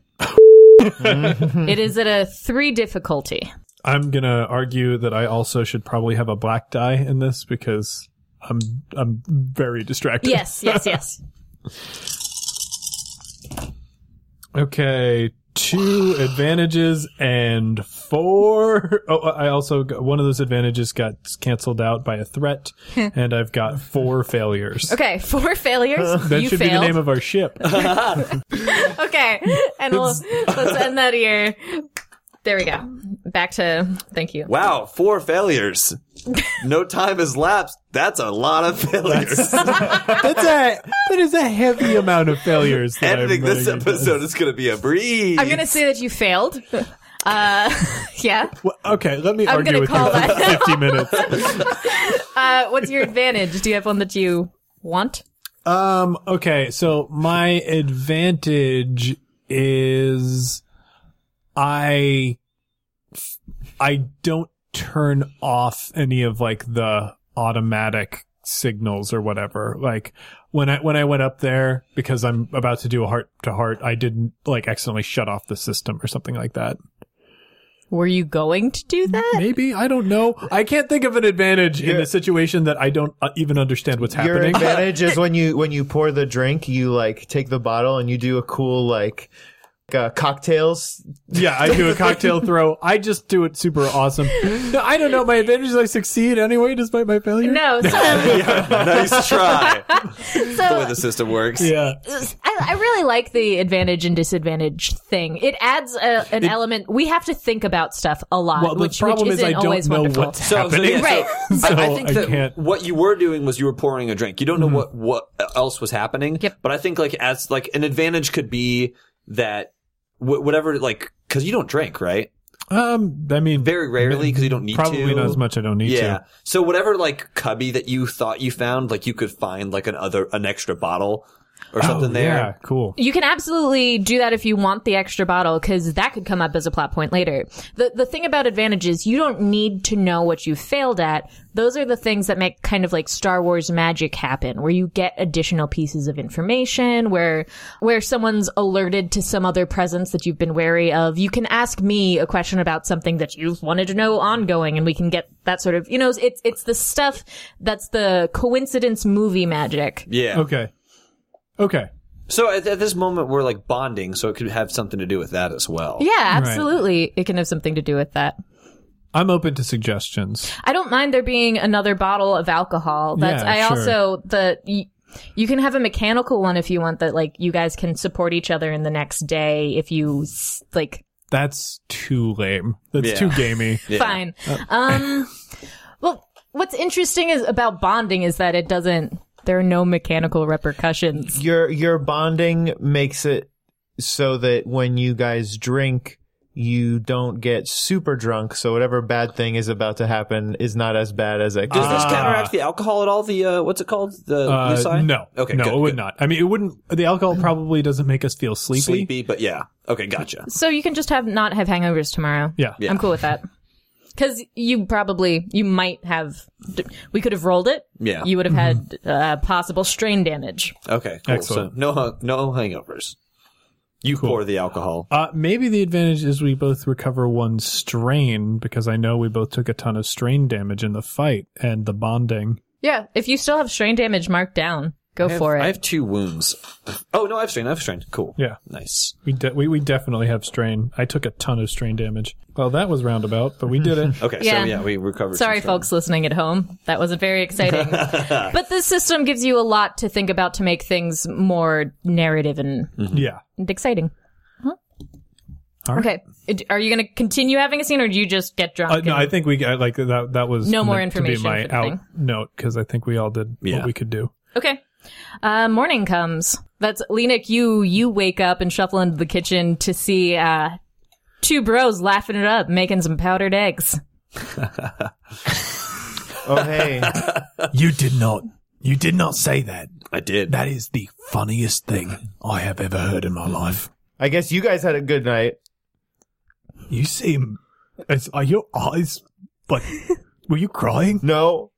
[SPEAKER 2] it is at a three difficulty.
[SPEAKER 3] I'm gonna argue that I also should probably have a black die in this because I'm I'm very distracted.
[SPEAKER 2] Yes, yes, yes.
[SPEAKER 3] Okay, two advantages and four. Oh, I also got, one of those advantages got canceled out by a threat, and I've got four failures.
[SPEAKER 2] Okay, four failures.
[SPEAKER 3] That
[SPEAKER 2] you
[SPEAKER 3] should
[SPEAKER 2] failed.
[SPEAKER 3] be the name of our ship.
[SPEAKER 2] okay, and we'll let's end that here. There we go. Back to thank you.
[SPEAKER 4] Wow, four failures. No time has lapsed. That's a lot of failures.
[SPEAKER 3] That's a that is a heavy amount of failures. That
[SPEAKER 4] Editing
[SPEAKER 3] I'm
[SPEAKER 4] this
[SPEAKER 3] running into.
[SPEAKER 4] episode is going to be a breeze.
[SPEAKER 2] I'm gonna say that you failed. Uh, yeah.
[SPEAKER 3] Well, okay, let me
[SPEAKER 2] I'm
[SPEAKER 3] argue
[SPEAKER 2] gonna
[SPEAKER 3] with
[SPEAKER 2] call
[SPEAKER 3] you for
[SPEAKER 2] that.
[SPEAKER 3] fifty minutes.
[SPEAKER 2] Uh, what's your advantage? Do you have one that you want?
[SPEAKER 3] Um. Okay. So my advantage is, I, I don't turn off any of like the automatic signals or whatever. Like when I when I went up there because I'm about to do a heart to heart, I didn't like accidentally shut off the system or something like that.
[SPEAKER 2] Were you going to do that?
[SPEAKER 3] Maybe I don't know. I can't think of an advantage in a situation that I don't uh, even understand what's
[SPEAKER 5] Your
[SPEAKER 3] happening.
[SPEAKER 5] advantage is when you when you pour the drink, you like take the bottle and you do a cool like uh, cocktails.
[SPEAKER 3] Yeah, I do a cocktail throw. I just do it super awesome. No, I don't know. My advantage is I succeed anyway despite my failure.
[SPEAKER 2] No. So,
[SPEAKER 4] nice try. the way
[SPEAKER 2] so
[SPEAKER 4] the system works.
[SPEAKER 3] Yeah.
[SPEAKER 2] I, I really like the advantage and disadvantage thing. It adds a, an element. We have to think about stuff a lot,
[SPEAKER 3] Well, the
[SPEAKER 2] which,
[SPEAKER 3] problem
[SPEAKER 2] which
[SPEAKER 3] is
[SPEAKER 2] isn't
[SPEAKER 3] I don't
[SPEAKER 2] always
[SPEAKER 3] know
[SPEAKER 2] wonderful.
[SPEAKER 3] what's
[SPEAKER 4] So, so,
[SPEAKER 3] happening.
[SPEAKER 4] yeah,
[SPEAKER 2] Right.
[SPEAKER 4] so I, I
[SPEAKER 3] So
[SPEAKER 4] think
[SPEAKER 3] I
[SPEAKER 4] that
[SPEAKER 3] can't- Mm-hmm.
[SPEAKER 4] what you were doing was you were pouring a drink. You don't know what what else was happening.
[SPEAKER 2] Yep.
[SPEAKER 4] But I think like as like an advantage could be that wh- whatever like because you don't drink right
[SPEAKER 3] Um, I mean,
[SPEAKER 4] very rarely because you don't need to.
[SPEAKER 3] probably not as much. I don't need
[SPEAKER 4] Yeah.
[SPEAKER 3] to.
[SPEAKER 4] So whatever like cubby that you thought you found, like you could find like another an extra bottle or something
[SPEAKER 3] Oh,
[SPEAKER 4] there.
[SPEAKER 3] Yeah. Cool.
[SPEAKER 2] You can absolutely do that if you want the extra bottle, because that could come up as a plot point later. The the thing about advantage is you don't need to know what you failed at. Those are the things that make kind of like Star Wars magic happen, where you get additional pieces of information, where where someone's alerted to some other presence that you've been wary of. You can ask me a question about something that you've wanted to know ongoing, and we can get that sort of you know it's it's the stuff that's the coincidence movie magic.
[SPEAKER 4] Yeah.
[SPEAKER 3] Okay. Okay.
[SPEAKER 4] So at, at this moment we're like bonding, so it could have something to do with that as well.
[SPEAKER 2] Yeah, absolutely. It can have something to do with that.
[SPEAKER 3] I'm open to suggestions.
[SPEAKER 2] I don't mind there being another bottle of alcohol. That's
[SPEAKER 3] Yeah,
[SPEAKER 2] I
[SPEAKER 3] sure.
[SPEAKER 2] also the y- you can have a mechanical one if you want that like you guys can support each other in the next day if you s- like
[SPEAKER 3] That's too lame. That's
[SPEAKER 4] Yeah.
[SPEAKER 3] too gamey.
[SPEAKER 2] fine.
[SPEAKER 3] Uh,
[SPEAKER 2] Um well what's interesting is about bonding is that it doesn't there are no mechanical repercussions.
[SPEAKER 5] Your your bonding makes it so that when you guys drink, you don't get super drunk. So whatever bad thing is about to happen is not as bad as it.
[SPEAKER 4] Does
[SPEAKER 5] could
[SPEAKER 4] this
[SPEAKER 5] be.
[SPEAKER 4] counteract the alcohol at all? The uh, what's it called? The
[SPEAKER 3] Uh,
[SPEAKER 4] Lucine?
[SPEAKER 3] no.
[SPEAKER 4] Okay.
[SPEAKER 3] No,
[SPEAKER 4] good,
[SPEAKER 3] it would
[SPEAKER 4] good.
[SPEAKER 3] not. I mean, it wouldn't. The alcohol probably doesn't make us feel sleepy.
[SPEAKER 4] Sleepy, but yeah. Okay, gotcha.
[SPEAKER 2] So you can just have not have hangovers tomorrow.
[SPEAKER 3] Yeah.
[SPEAKER 4] Yeah.
[SPEAKER 2] I'm cool with that. Cuz you probably you might have we could have rolled it.
[SPEAKER 4] Yeah.
[SPEAKER 2] You would have had
[SPEAKER 3] Mm-hmm.
[SPEAKER 2] uh, possible strain damage.
[SPEAKER 4] Okay, cool.
[SPEAKER 3] Excellent.
[SPEAKER 4] So no hung- no hangovers. You pour the alcohol.
[SPEAKER 3] Uh, maybe the advantage is we both recover one strain because I know we both took a ton of strain damage in the fight and the bonding.
[SPEAKER 2] Yeah, if you still have strain damage marked down, go
[SPEAKER 4] I have,
[SPEAKER 2] for it.
[SPEAKER 4] I have two wounds. Oh no, I have strain. I have strain. Cool.
[SPEAKER 3] Yeah.
[SPEAKER 4] Nice.
[SPEAKER 3] We, de- we we definitely have strain. I took a ton of strain damage. Well, that was roundabout, but we did it.
[SPEAKER 4] Okay.
[SPEAKER 2] Yeah.
[SPEAKER 4] So yeah, we recovered. some
[SPEAKER 2] Sorry,
[SPEAKER 4] strain.
[SPEAKER 2] folks listening at home. That wasn't very exciting. but this system gives you a lot to think about to make things more narrative and,
[SPEAKER 4] Hmm.
[SPEAKER 3] yeah.
[SPEAKER 2] and exciting. Mhm.
[SPEAKER 3] All right.
[SPEAKER 2] Okay. It- Are you going to continue having a scene or do you just get drunk?
[SPEAKER 3] Uh, no,
[SPEAKER 2] and-
[SPEAKER 3] I think we got like that. That was
[SPEAKER 2] No more
[SPEAKER 3] meant To
[SPEAKER 2] information
[SPEAKER 3] be my
[SPEAKER 2] for the
[SPEAKER 3] out
[SPEAKER 2] thing.
[SPEAKER 3] note because I think we all did
[SPEAKER 4] Yeah.
[SPEAKER 3] what we could do.
[SPEAKER 2] Okay. Uh, morning comes. That's Lenik. You you wake up and shuffle into the kitchen to see uh, two bros laughing it up, making some powdered eggs.
[SPEAKER 5] Oh hey,
[SPEAKER 7] You did not. You did not say that.
[SPEAKER 4] I did.
[SPEAKER 7] That is the funniest thing I have ever heard in my life.
[SPEAKER 5] I guess you guys had a good night.
[SPEAKER 7] You seem. Is, are your eyes like? Were you crying?
[SPEAKER 5] No,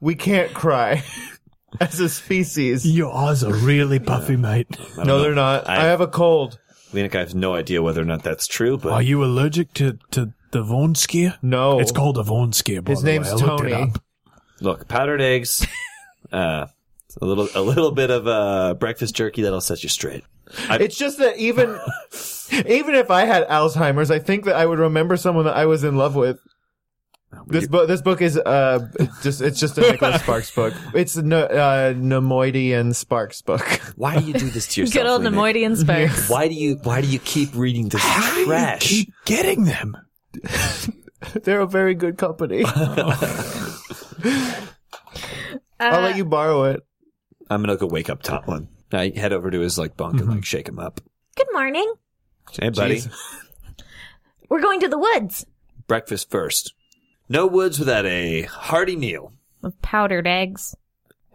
[SPEAKER 5] we can't cry as a species.
[SPEAKER 7] Your eyes are really puffy, mate.
[SPEAKER 4] I don't
[SPEAKER 5] No,
[SPEAKER 4] know.
[SPEAKER 5] they're not.
[SPEAKER 4] I-
[SPEAKER 5] I have a cold.
[SPEAKER 4] Lenik, I have no idea whether or not that's true, but
[SPEAKER 7] Are you allergic to to the Von skier?
[SPEAKER 5] No,
[SPEAKER 7] It's called a Von skier. By
[SPEAKER 5] His
[SPEAKER 7] the way.
[SPEAKER 5] name's
[SPEAKER 7] I looked it
[SPEAKER 5] Tony.
[SPEAKER 7] up.
[SPEAKER 4] look, powdered eggs, uh, a little, a little bit of uh, breakfast jerky that'll set you straight.
[SPEAKER 5] It's just that even even if I had Alzheimer's, I think that I would remember someone that I was in love with. This book, this book is uh, it's just it's just a Nicholas Sparks book. It's no, uh, Nemoidian Sparks book.
[SPEAKER 4] Why do you do this to yourself?
[SPEAKER 2] Good old
[SPEAKER 4] Lenik?
[SPEAKER 2] Nemoidian Sparks.
[SPEAKER 4] Why do you? Why do you keep reading this
[SPEAKER 7] How do you
[SPEAKER 4] trash?
[SPEAKER 7] keep getting them?
[SPEAKER 5] They're a very good company. I'll let you borrow it.
[SPEAKER 4] I'm gonna go wake up Tomlin. I head over to his like bunk and
[SPEAKER 5] Mm-hmm.
[SPEAKER 4] like shake him up.
[SPEAKER 2] Good morning.
[SPEAKER 4] Hey, buddy,
[SPEAKER 2] We're going to the woods.
[SPEAKER 4] breakfast first. No woods without a hearty meal.
[SPEAKER 2] With powdered eggs.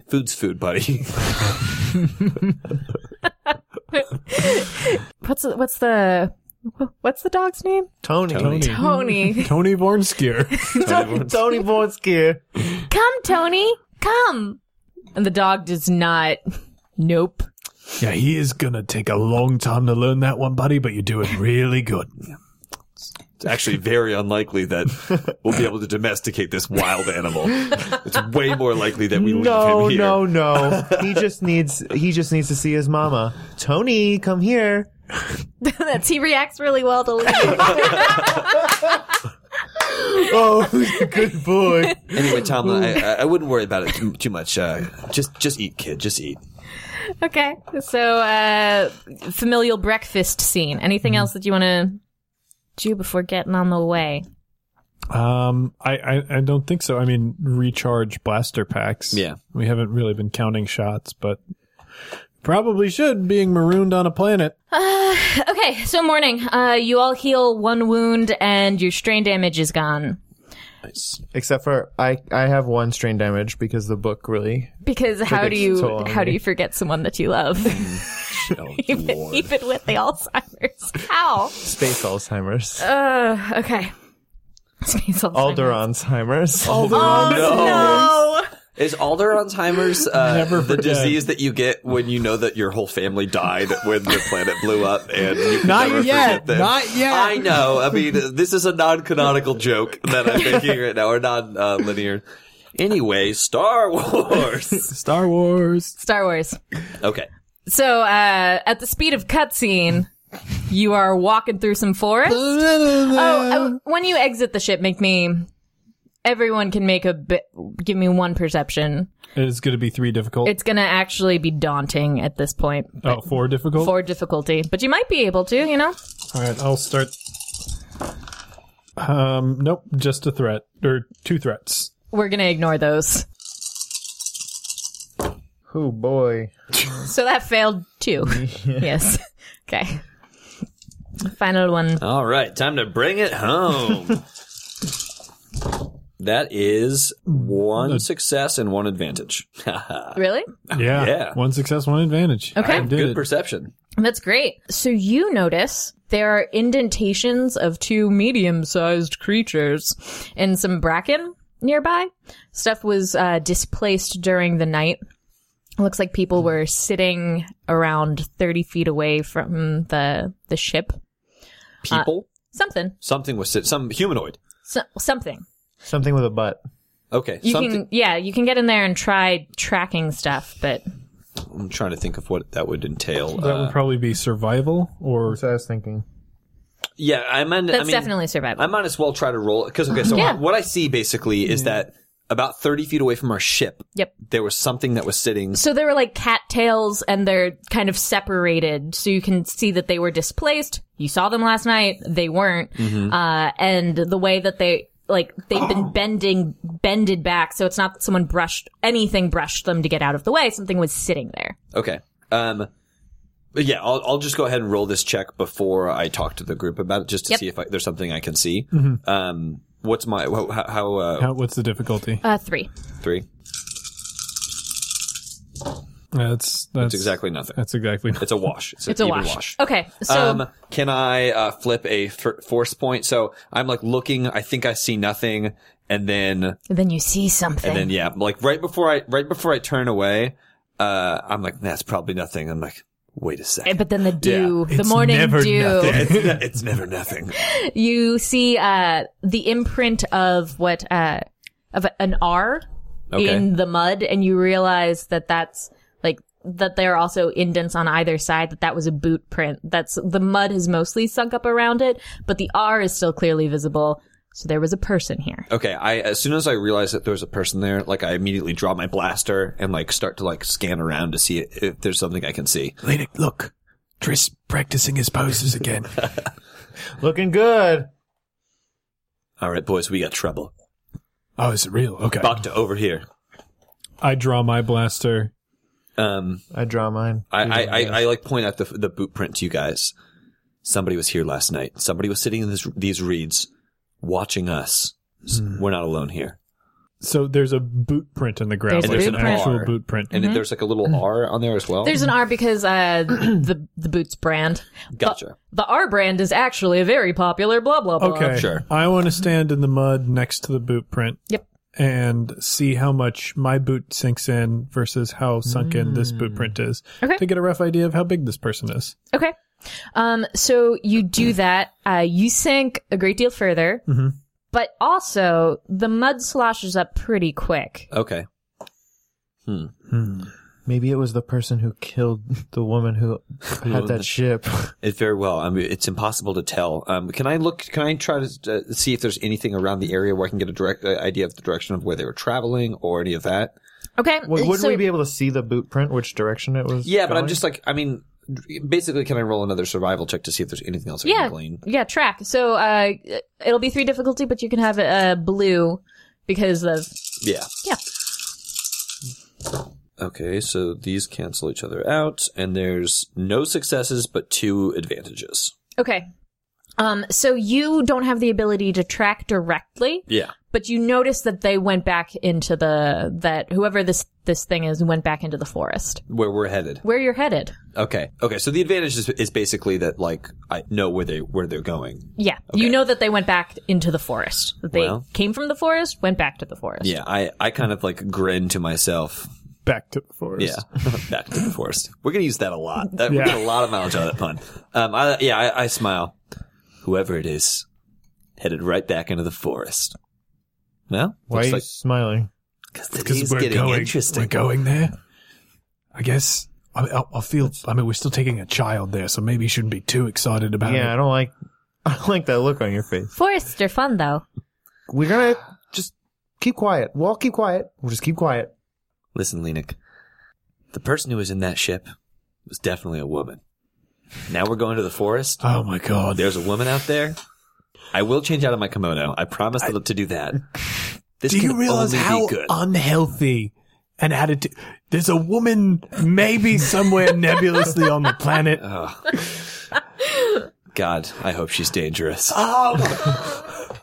[SPEAKER 4] Food's food, buddy.
[SPEAKER 2] What's the, what's the what's the dog's name?
[SPEAKER 5] Tony.
[SPEAKER 4] Tony.
[SPEAKER 2] Tony.
[SPEAKER 3] Tony Vornskier.
[SPEAKER 5] Tony, Tony Vonskier.
[SPEAKER 2] come, Tony. Come. And the dog does not. Nope.
[SPEAKER 7] Yeah, he is gonna take a long time to learn that one, buddy. But you're doing really good.
[SPEAKER 4] It's actually very unlikely that we'll be able to domesticate this wild animal. It's way more likely that we leave
[SPEAKER 5] No,
[SPEAKER 4] him here.
[SPEAKER 5] no, no. He just needs he just needs to see his mama. Tony, come here.
[SPEAKER 2] That's he reacts really well to leave.
[SPEAKER 5] Oh, good boy.
[SPEAKER 4] Anyway, Tomlin, I, I- I wouldn't worry about it too, too much. Uh, just, just eat, kid. Just eat.
[SPEAKER 2] okay. So uh familial breakfast scene. Anything else that you want to do before getting on the way?
[SPEAKER 3] um, I, I I don't think so. I mean, recharge blaster packs.
[SPEAKER 4] Yeah.
[SPEAKER 3] we haven't really been counting shots, but probably should. Being marooned on a planet.
[SPEAKER 2] Okay, so morning. Uh you all heal one wound and your strain damage is gone.
[SPEAKER 5] Except for I I have one strain damage because the book really
[SPEAKER 2] Because how do you
[SPEAKER 5] toll on
[SPEAKER 2] how do
[SPEAKER 5] me.
[SPEAKER 2] you forget someone that you love?
[SPEAKER 4] Oh,
[SPEAKER 2] even,
[SPEAKER 4] Lord.
[SPEAKER 2] even with the Alzheimer's. How?
[SPEAKER 5] space Alzheimer's.
[SPEAKER 2] Uh, okay. Space Alzheimer's.
[SPEAKER 5] Alderonsheimer's.
[SPEAKER 2] Oh, no.
[SPEAKER 4] Is Alder Alzheimer's uh,
[SPEAKER 3] Never
[SPEAKER 4] the
[SPEAKER 3] forget.
[SPEAKER 4] disease that you get when you know that your whole family died when the planet blew up and you can
[SPEAKER 3] Not
[SPEAKER 4] never
[SPEAKER 3] yet.
[SPEAKER 4] forget them?
[SPEAKER 3] Not yet.
[SPEAKER 4] I know. I mean, this is a non-canonical joke that I'm making right now, or non-linear. Anyway, Star Wars.
[SPEAKER 3] Star Wars.
[SPEAKER 2] Star Wars.
[SPEAKER 4] Okay.
[SPEAKER 2] So, uh, at the speed of cutscene, you are walking through some forest. oh, uh, when you exit the ship, make me. Everyone can make a bit. Give me one perception.
[SPEAKER 3] It's going to be three difficult.
[SPEAKER 2] It's gonna actually be daunting at this point.
[SPEAKER 3] oh, four difficult.
[SPEAKER 2] For difficulty, but you might be able to, you know?
[SPEAKER 3] All right, I'll start. Um, nope, just a threat or two threats.
[SPEAKER 2] We're gonna ignore those.
[SPEAKER 5] Oh boy.
[SPEAKER 2] So that failed too. yes. Okay. Final one.
[SPEAKER 4] All right, time to bring it home. that is one success and one advantage.
[SPEAKER 2] Really?
[SPEAKER 3] Yeah,
[SPEAKER 4] Yeah.
[SPEAKER 3] One success, one advantage.
[SPEAKER 2] Okay.
[SPEAKER 3] I did
[SPEAKER 4] Good
[SPEAKER 3] it.
[SPEAKER 4] perception.
[SPEAKER 2] That's great. So you notice there are indentations of two medium sized creatures and some bracken nearby. Stuff was uh, displaced during the night. Looks like people were sitting around 30 feet away from the, the ship.
[SPEAKER 4] People.
[SPEAKER 2] Something.
[SPEAKER 4] something was sit- some humanoid.
[SPEAKER 2] So, something.
[SPEAKER 5] Something with a butt.
[SPEAKER 4] Okay.
[SPEAKER 2] You
[SPEAKER 4] something
[SPEAKER 2] can, yeah, you can get in there and try tracking stuff, but
[SPEAKER 4] I'm trying to think of what that would entail.
[SPEAKER 3] That
[SPEAKER 4] Uh,
[SPEAKER 3] would probably be survival or
[SPEAKER 5] That's what I was thinking.
[SPEAKER 4] yeah, I mean,
[SPEAKER 2] that's
[SPEAKER 4] I mean,
[SPEAKER 2] definitely survival.
[SPEAKER 4] I might as well try to roll because okay. So
[SPEAKER 2] Yeah.
[SPEAKER 4] what I see basically is that about 30 feet away from our ship,
[SPEAKER 2] Yep.
[SPEAKER 4] there was something that was sitting.
[SPEAKER 2] So they were like cattails and they're kind of separated. So you can see that they were displaced. You saw them last night. They weren't. Uh, and the way that they, like, they've been bending, bended back. So it's not that someone brushed, anything brushed them to get out of the way. Something was sitting there.
[SPEAKER 4] Okay. Um. but Yeah, I'll, I'll just go ahead and roll this check before I talk to the group about it, just to
[SPEAKER 2] Yep.
[SPEAKER 4] see if I, there's something I can see.
[SPEAKER 3] Mm-hmm.
[SPEAKER 4] Um. What's my wha- how, how uh,
[SPEAKER 3] how, what's the difficulty?
[SPEAKER 2] Uh, three.
[SPEAKER 4] three?
[SPEAKER 3] That's that's
[SPEAKER 4] It's exactly nothing.
[SPEAKER 3] That's exactly.
[SPEAKER 4] It's a wash. It's,
[SPEAKER 2] It's
[SPEAKER 4] an
[SPEAKER 2] a
[SPEAKER 4] even
[SPEAKER 2] wash. Okay. So
[SPEAKER 4] um, can I uh, flip a f- force point? So I'm like looking. I think I see nothing, and then
[SPEAKER 2] then you see something.
[SPEAKER 4] and then yeah, like right before I right before I turn away, uh, I'm like that's probably nothing. I'm like wait a
[SPEAKER 2] Eh,
[SPEAKER 4] second,
[SPEAKER 2] But then the dew, the
[SPEAKER 7] It's
[SPEAKER 2] morning
[SPEAKER 7] never
[SPEAKER 2] dew,
[SPEAKER 7] nothing.
[SPEAKER 4] it's, ne- it's never nothing.
[SPEAKER 2] you see uh, the imprint of what uh, of an R
[SPEAKER 4] Okay.
[SPEAKER 2] in the mud, and you realize that that's like that there are also indents on either side. That that was a boot print. That's the mud has mostly sunk up around it, but the R is still clearly visible. So there was a person here.
[SPEAKER 4] Okay, I as soon as I realize that there's a person there, like I immediately draw my blaster and like start to like scan around to see if there's something I can see.
[SPEAKER 7] Lena, look, Triss practicing his poses again.
[SPEAKER 5] Looking good.
[SPEAKER 4] All right, boys, we got trouble.
[SPEAKER 7] oh, is it real? Okay.
[SPEAKER 4] Bakta over here.
[SPEAKER 3] I draw my blaster.
[SPEAKER 4] Um,
[SPEAKER 5] I draw mine.
[SPEAKER 4] I, I, I, I like point out the the boot print to you guys. Somebody was here last night. Somebody was sitting in this, these reeds, watching us. S-
[SPEAKER 2] Hmm.
[SPEAKER 4] We're not alone here.
[SPEAKER 3] So there's a boot print in the ground.
[SPEAKER 2] There's a
[SPEAKER 3] There's,
[SPEAKER 2] boot
[SPEAKER 3] an
[SPEAKER 2] print.
[SPEAKER 3] actual
[SPEAKER 4] R.
[SPEAKER 3] boot print.
[SPEAKER 4] And there's like a little R on there as well.
[SPEAKER 2] Mm-hmm. Hmm. There's an R because uh, the the boots brand.
[SPEAKER 4] gotcha.
[SPEAKER 2] The R brand is actually a very popular blah blah blah.
[SPEAKER 3] okay.
[SPEAKER 4] Uh, Sure.
[SPEAKER 3] I want to stand in the mud next to the boot print.
[SPEAKER 2] Yep.
[SPEAKER 3] And see how much my boot sinks in versus how sunken this
[SPEAKER 4] Mm.
[SPEAKER 3] boot print is
[SPEAKER 2] Okay.
[SPEAKER 3] to get a rough idea of how big this person is.
[SPEAKER 2] Okay. Um, so you do that. Uh, you sink a great deal further,
[SPEAKER 5] Mm-hmm.
[SPEAKER 2] but also the mud sloshes up pretty quick.
[SPEAKER 4] Okay.
[SPEAKER 5] Maybe it was the person who killed the woman who had that ship.
[SPEAKER 4] It very well. I mean, it's impossible to tell. Um, can I look? Can I try to uh, see if there's anything around the area where I can get a direct uh, idea of the direction of where they were traveling or any of that?
[SPEAKER 2] Okay.
[SPEAKER 5] Well, wouldn't
[SPEAKER 2] so-
[SPEAKER 5] we be able to see the boot print, which direction it was?
[SPEAKER 4] Yeah, but I'm
[SPEAKER 5] going?
[SPEAKER 4] just like, I mean, basically, can I roll another survival check to see if there's anything else I
[SPEAKER 2] yeah,
[SPEAKER 4] can glean?
[SPEAKER 2] yeah, track. So, uh, it'll be three difficulty, but you can have uh, blue because of,
[SPEAKER 4] Yeah.
[SPEAKER 2] Yeah.
[SPEAKER 4] Okay, so these cancel each other out, and there's no successes but two advantages.
[SPEAKER 2] okay. Um, so you don't have the ability to track directly,
[SPEAKER 4] Yeah.
[SPEAKER 2] but you notice that they went back into the, that whoever this, this thing is went back into the forest.
[SPEAKER 4] Where we're headed.
[SPEAKER 2] Where you're headed.
[SPEAKER 4] Okay. Okay. So the advantage is, is basically that like I know where they where they're going.
[SPEAKER 2] Yeah, you know that they went back into the forest. That they
[SPEAKER 4] Well.
[SPEAKER 2] came from the forest, went back to the forest.
[SPEAKER 4] Yeah. I I kind of like grin to myself.
[SPEAKER 3] Back to the forest.
[SPEAKER 4] Yeah. Back to the forest. We're gonna use that a lot. That, We get a lot of mileage out of that pun. Um. I, yeah. I, I smile. Whoever it is, headed right back into the forest. Well,
[SPEAKER 5] Why are you
[SPEAKER 4] looks
[SPEAKER 5] smiling?
[SPEAKER 4] like because
[SPEAKER 7] Because
[SPEAKER 4] is
[SPEAKER 7] we're
[SPEAKER 4] getting
[SPEAKER 7] going,
[SPEAKER 4] interesting.
[SPEAKER 7] we're going there. I guess. I, I, I feel. I mean, we're still taking a child there, so maybe you shouldn't be too excited about
[SPEAKER 5] Yeah, I
[SPEAKER 7] it.
[SPEAKER 5] don't like. I don't like that look on your face.
[SPEAKER 2] Forests are fun though.
[SPEAKER 5] We're gonna just keep quiet. We'll all keep quiet. We'll just keep quiet.
[SPEAKER 4] Listen, Lenik. The person who was in that ship was definitely a woman. Now we're going to the forest.
[SPEAKER 5] Uh,
[SPEAKER 7] Oh my god.
[SPEAKER 4] There's a woman out there. I will change out of my kimono. I promise to to do that. This
[SPEAKER 7] Do you
[SPEAKER 4] can
[SPEAKER 7] realize
[SPEAKER 4] only be
[SPEAKER 7] how
[SPEAKER 4] good.
[SPEAKER 7] unhealthy an attitude? There's a woman, maybe somewhere nebulously on the planet.
[SPEAKER 4] God, I hope she's dangerous.
[SPEAKER 5] Ah.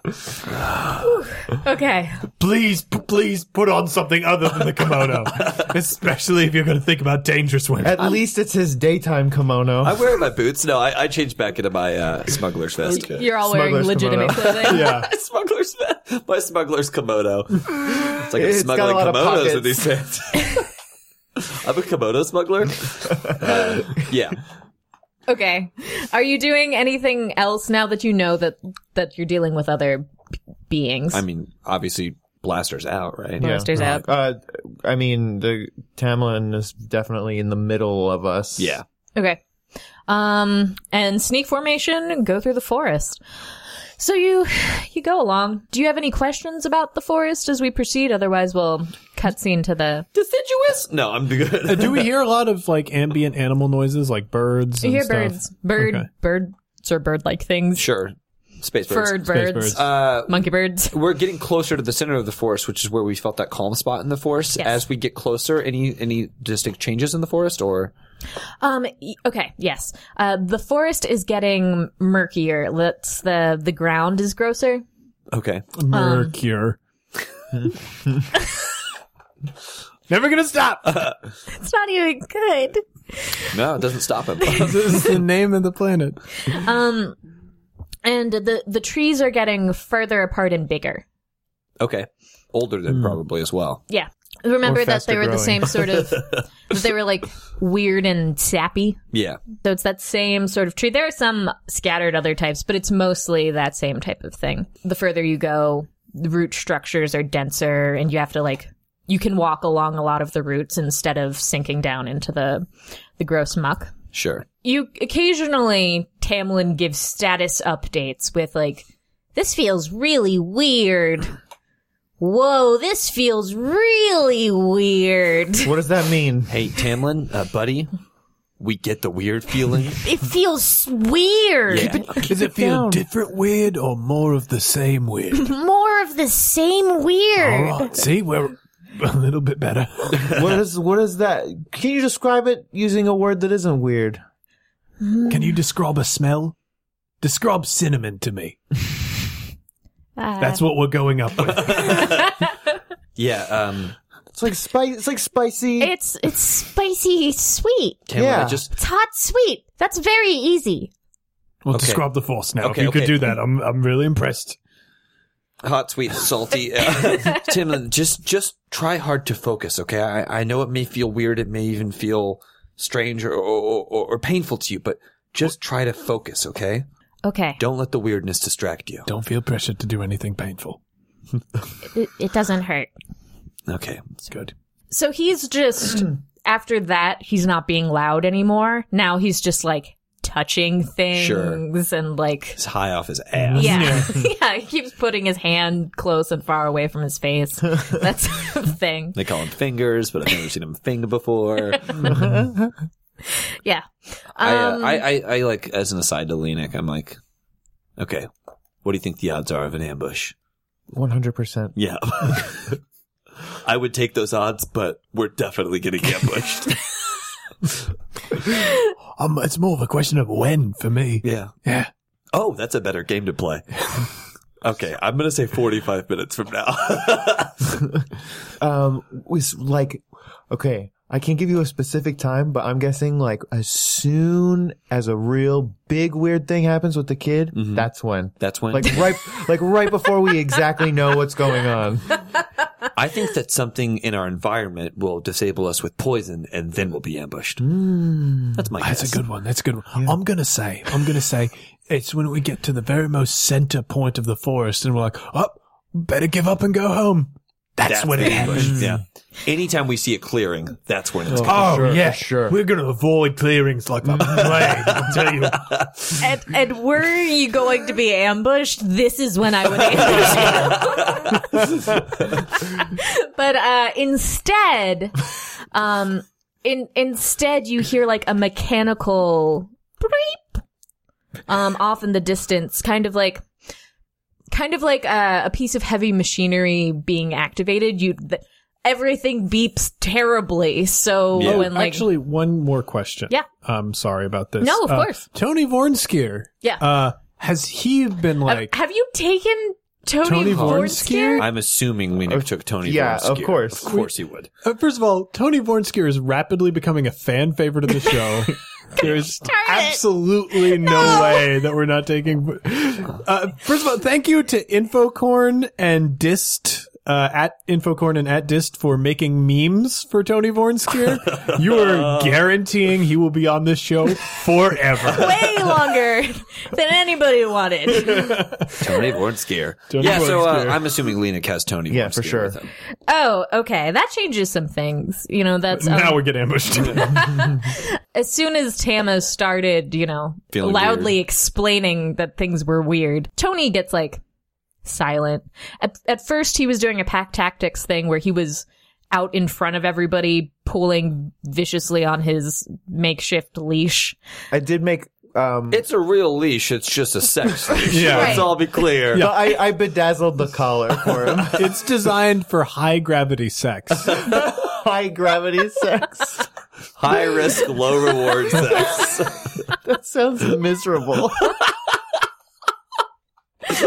[SPEAKER 2] Okay.
[SPEAKER 7] Please, p- please put on something other than the kimono, especially if you're going to think about dangerous women.
[SPEAKER 5] At least it's his daytime kimono.
[SPEAKER 4] I'm wearing my boots. No, I, I changed back into my uh, smuggler's vest.
[SPEAKER 2] You're all wearing
[SPEAKER 5] Smuggler's
[SPEAKER 2] legitimate clothing.
[SPEAKER 7] yeah,
[SPEAKER 4] smuggler's vest. My smuggler's kimono. It's like I'm
[SPEAKER 5] It's got a
[SPEAKER 4] smuggling
[SPEAKER 5] lot of
[SPEAKER 4] kimonos with
[SPEAKER 5] pockets.
[SPEAKER 4] these pants. I'm a kimono smuggler. Uh, yeah.
[SPEAKER 2] Okay. Are you doing anything else now that you know that that you're dealing with other b- beings?
[SPEAKER 4] I mean, obviously blasters out, right?
[SPEAKER 2] Blaster's out.
[SPEAKER 5] Uh, I mean, the Tamlin is definitely in the middle of us.
[SPEAKER 4] Yeah.
[SPEAKER 2] Okay. Um, and sneak formation, go through the forest. So you, you go along. Do you have any questions about the forest as we proceed? Otherwise, we'll cutscene to the.
[SPEAKER 4] Deciduous? No, I'm good.
[SPEAKER 3] Do we hear a lot of like ambient animal noises, like birds?
[SPEAKER 2] You
[SPEAKER 3] and
[SPEAKER 2] hear
[SPEAKER 3] stuff?
[SPEAKER 2] birds, bird,
[SPEAKER 3] Okay.
[SPEAKER 2] birds or bird-like things,
[SPEAKER 4] sure. Space birds.
[SPEAKER 2] furred
[SPEAKER 3] Space
[SPEAKER 2] birds,
[SPEAKER 3] birds.
[SPEAKER 4] Uh,
[SPEAKER 2] monkey birds.
[SPEAKER 4] we're getting closer to the center of the forest, which is where we felt that calm spot in the forest.
[SPEAKER 2] Yes.
[SPEAKER 4] As we get closer, any any distinct changes in the forest, or
[SPEAKER 2] Um. y- Okay. Yes. Uh, the forest is getting murkier. Let's the the ground is grosser.
[SPEAKER 4] okay,
[SPEAKER 3] Mercure. Never gonna stop.
[SPEAKER 2] It's not even good.
[SPEAKER 4] no, it doesn't stop him.
[SPEAKER 3] this is the name of the planet.
[SPEAKER 2] And the the trees are getting further apart and bigger.
[SPEAKER 4] okay, older than probably as well.
[SPEAKER 2] Yeah. Remember
[SPEAKER 5] Or
[SPEAKER 2] that they
[SPEAKER 5] faster
[SPEAKER 2] were the
[SPEAKER 5] growing.
[SPEAKER 2] same sort of that they were like weird and sappy.
[SPEAKER 4] Yeah,
[SPEAKER 2] So it's that same sort of tree. There are some scattered other types, but it's mostly that same type of thing. The further you go, the root structures are denser and you have to like you can walk along a lot of the roots instead of sinking down into the the gross muck.
[SPEAKER 4] sure.
[SPEAKER 2] You occasionally Tamlin gives status updates with like this feels really weird. Whoa, this feels really weird.
[SPEAKER 5] What does that mean?
[SPEAKER 4] Hey, Tamlin, uh, buddy, we get the weird feeling.
[SPEAKER 2] It feels weird.
[SPEAKER 4] Yeah.
[SPEAKER 7] Does it feel different weird or more of the same weird?
[SPEAKER 2] More of the same
[SPEAKER 7] All
[SPEAKER 2] weird.
[SPEAKER 7] right, see, we're a little bit better.
[SPEAKER 5] what is what is that? Can you describe it using a word that isn't weird?
[SPEAKER 7] Can you describe a smell? Describe cinnamon to me. That's what we're going up with.
[SPEAKER 4] yeah, um,
[SPEAKER 5] It's like spice. It's like spicy.
[SPEAKER 2] It's it's spicy sweet.
[SPEAKER 4] Tamlin,
[SPEAKER 5] Yeah.
[SPEAKER 4] I just
[SPEAKER 2] It's hot sweet. That's very easy.
[SPEAKER 7] We'll
[SPEAKER 4] Okay.
[SPEAKER 7] describe the force now.
[SPEAKER 4] Okay,
[SPEAKER 7] if you
[SPEAKER 4] okay.
[SPEAKER 7] could do that, I'm I'm really impressed.
[SPEAKER 4] hot, sweet, salty. Uh, Tamlin, just just try hard to focus. Okay, I, I know it may feel weird, it may even feel strange or or, or, or painful to you, but just try to focus. Okay,
[SPEAKER 2] Okay.
[SPEAKER 4] don't let the weirdness distract you.
[SPEAKER 7] Don't feel pressure to do anything painful.
[SPEAKER 2] It, it doesn't hurt.
[SPEAKER 4] Okay,
[SPEAKER 7] It's good.
[SPEAKER 2] So he's just after that he's not being loud anymore. Now he's just like touching things and like
[SPEAKER 4] he's high off his ass.
[SPEAKER 2] Yeah. yeah, he keeps putting his hand close and far away from his face. That sort of thing.
[SPEAKER 4] They call him fingers, but I've never seen him finger before.
[SPEAKER 2] Yeah.
[SPEAKER 4] I, uh,
[SPEAKER 2] Um,
[SPEAKER 4] I, I, I like as an aside to Lenik, I'm like, okay, what do you think the odds are of an ambush?
[SPEAKER 5] One hundred percent.
[SPEAKER 4] Yeah. I would take those odds, but we're definitely getting ambushed.
[SPEAKER 7] Um, it's more of a question of when for me.
[SPEAKER 4] yeah.
[SPEAKER 7] Yeah.
[SPEAKER 4] Oh, that's a better game to play. Okay, I'm gonna say 45 minutes from now.
[SPEAKER 5] Um, was like, okay, I can't give you a specific time, but I'm guessing like as soon as a real big weird thing happens with the kid, that's when.
[SPEAKER 4] that's when
[SPEAKER 5] Like right, like right before we exactly know what's going on.
[SPEAKER 4] I think that something in our environment will disable us with poison, and then we'll be ambushed. That's my
[SPEAKER 7] That's
[SPEAKER 4] guess.
[SPEAKER 7] a good one. That's a good one. I'm gonna say. I'm gonna say it's when we get to the very most center point of the forest, and we're like, "Oh, better give up and go home." That's,
[SPEAKER 4] That's
[SPEAKER 7] when
[SPEAKER 4] the
[SPEAKER 7] it
[SPEAKER 4] ambush.
[SPEAKER 7] happens.
[SPEAKER 4] Yeah. Anytime we see a clearing, that's when it's.
[SPEAKER 7] Oh
[SPEAKER 5] sure, for
[SPEAKER 7] yeah,
[SPEAKER 5] sure.
[SPEAKER 7] We're gonna avoid clearings like the plague. I'll tell you.
[SPEAKER 2] and, and were you going to be ambushed? This is when I would ambush you. but uh, instead, um, in instead you hear like a mechanical bleep, um, off in the distance, kind of like. Kind of like a, a piece of heavy machinery being activated. You, th- everything beeps terribly. So
[SPEAKER 4] Yeah.
[SPEAKER 2] when like,
[SPEAKER 3] Actually, one more question.
[SPEAKER 2] Yeah.
[SPEAKER 3] I'm sorry about this.
[SPEAKER 2] No, of
[SPEAKER 3] Uh,
[SPEAKER 2] course.
[SPEAKER 3] Tony Vornskier.
[SPEAKER 2] Yeah.
[SPEAKER 3] Uh, has he been like?
[SPEAKER 2] have you taken Tony,
[SPEAKER 3] Tony
[SPEAKER 2] Vornskier?
[SPEAKER 3] Vornskier?
[SPEAKER 4] I'm assuming we took Tony.
[SPEAKER 5] yeah,
[SPEAKER 4] Vornskier.
[SPEAKER 5] of course.
[SPEAKER 4] of course he would.
[SPEAKER 3] Uh, first of all, Tony Vornskier is rapidly becoming a fan favorite of the show. There's absolutely no. way that we're not taking. Uh, first of all, thank you to Infocorn and Dist. uh, at Infocorn and at Dist for making memes for Tony Vornskier. you are guaranteeing he will be on this show forever.
[SPEAKER 2] Way longer than anybody wanted.
[SPEAKER 4] Tony Vornskier.
[SPEAKER 3] Tony
[SPEAKER 4] yeah, so uh,
[SPEAKER 3] Vornskier.
[SPEAKER 4] I'm assuming Lena has Tony.
[SPEAKER 5] Yeah, for
[SPEAKER 4] Vornskier
[SPEAKER 5] sure.
[SPEAKER 4] with him.
[SPEAKER 2] Oh, okay. That changes some things. You know, that's um,
[SPEAKER 3] now we get ambushed.
[SPEAKER 2] as soon as Tama started, you know,
[SPEAKER 4] Feeling
[SPEAKER 2] loudly explaining that things were weird, Tony gets like silent. At, at first, he was doing a pack tactics thing where he was out in front of everybody, pulling viciously on his makeshift leash.
[SPEAKER 5] I did make. Um,
[SPEAKER 4] It's a real leash. It's just a sex leash.
[SPEAKER 3] Yeah.
[SPEAKER 4] Let's all be clear.
[SPEAKER 5] but I, I bedazzled the collar for him.
[SPEAKER 3] it's designed for high gravity sex.
[SPEAKER 5] High gravity sex.
[SPEAKER 4] High risk, low reward sex.
[SPEAKER 5] That sounds miserable.
[SPEAKER 4] just,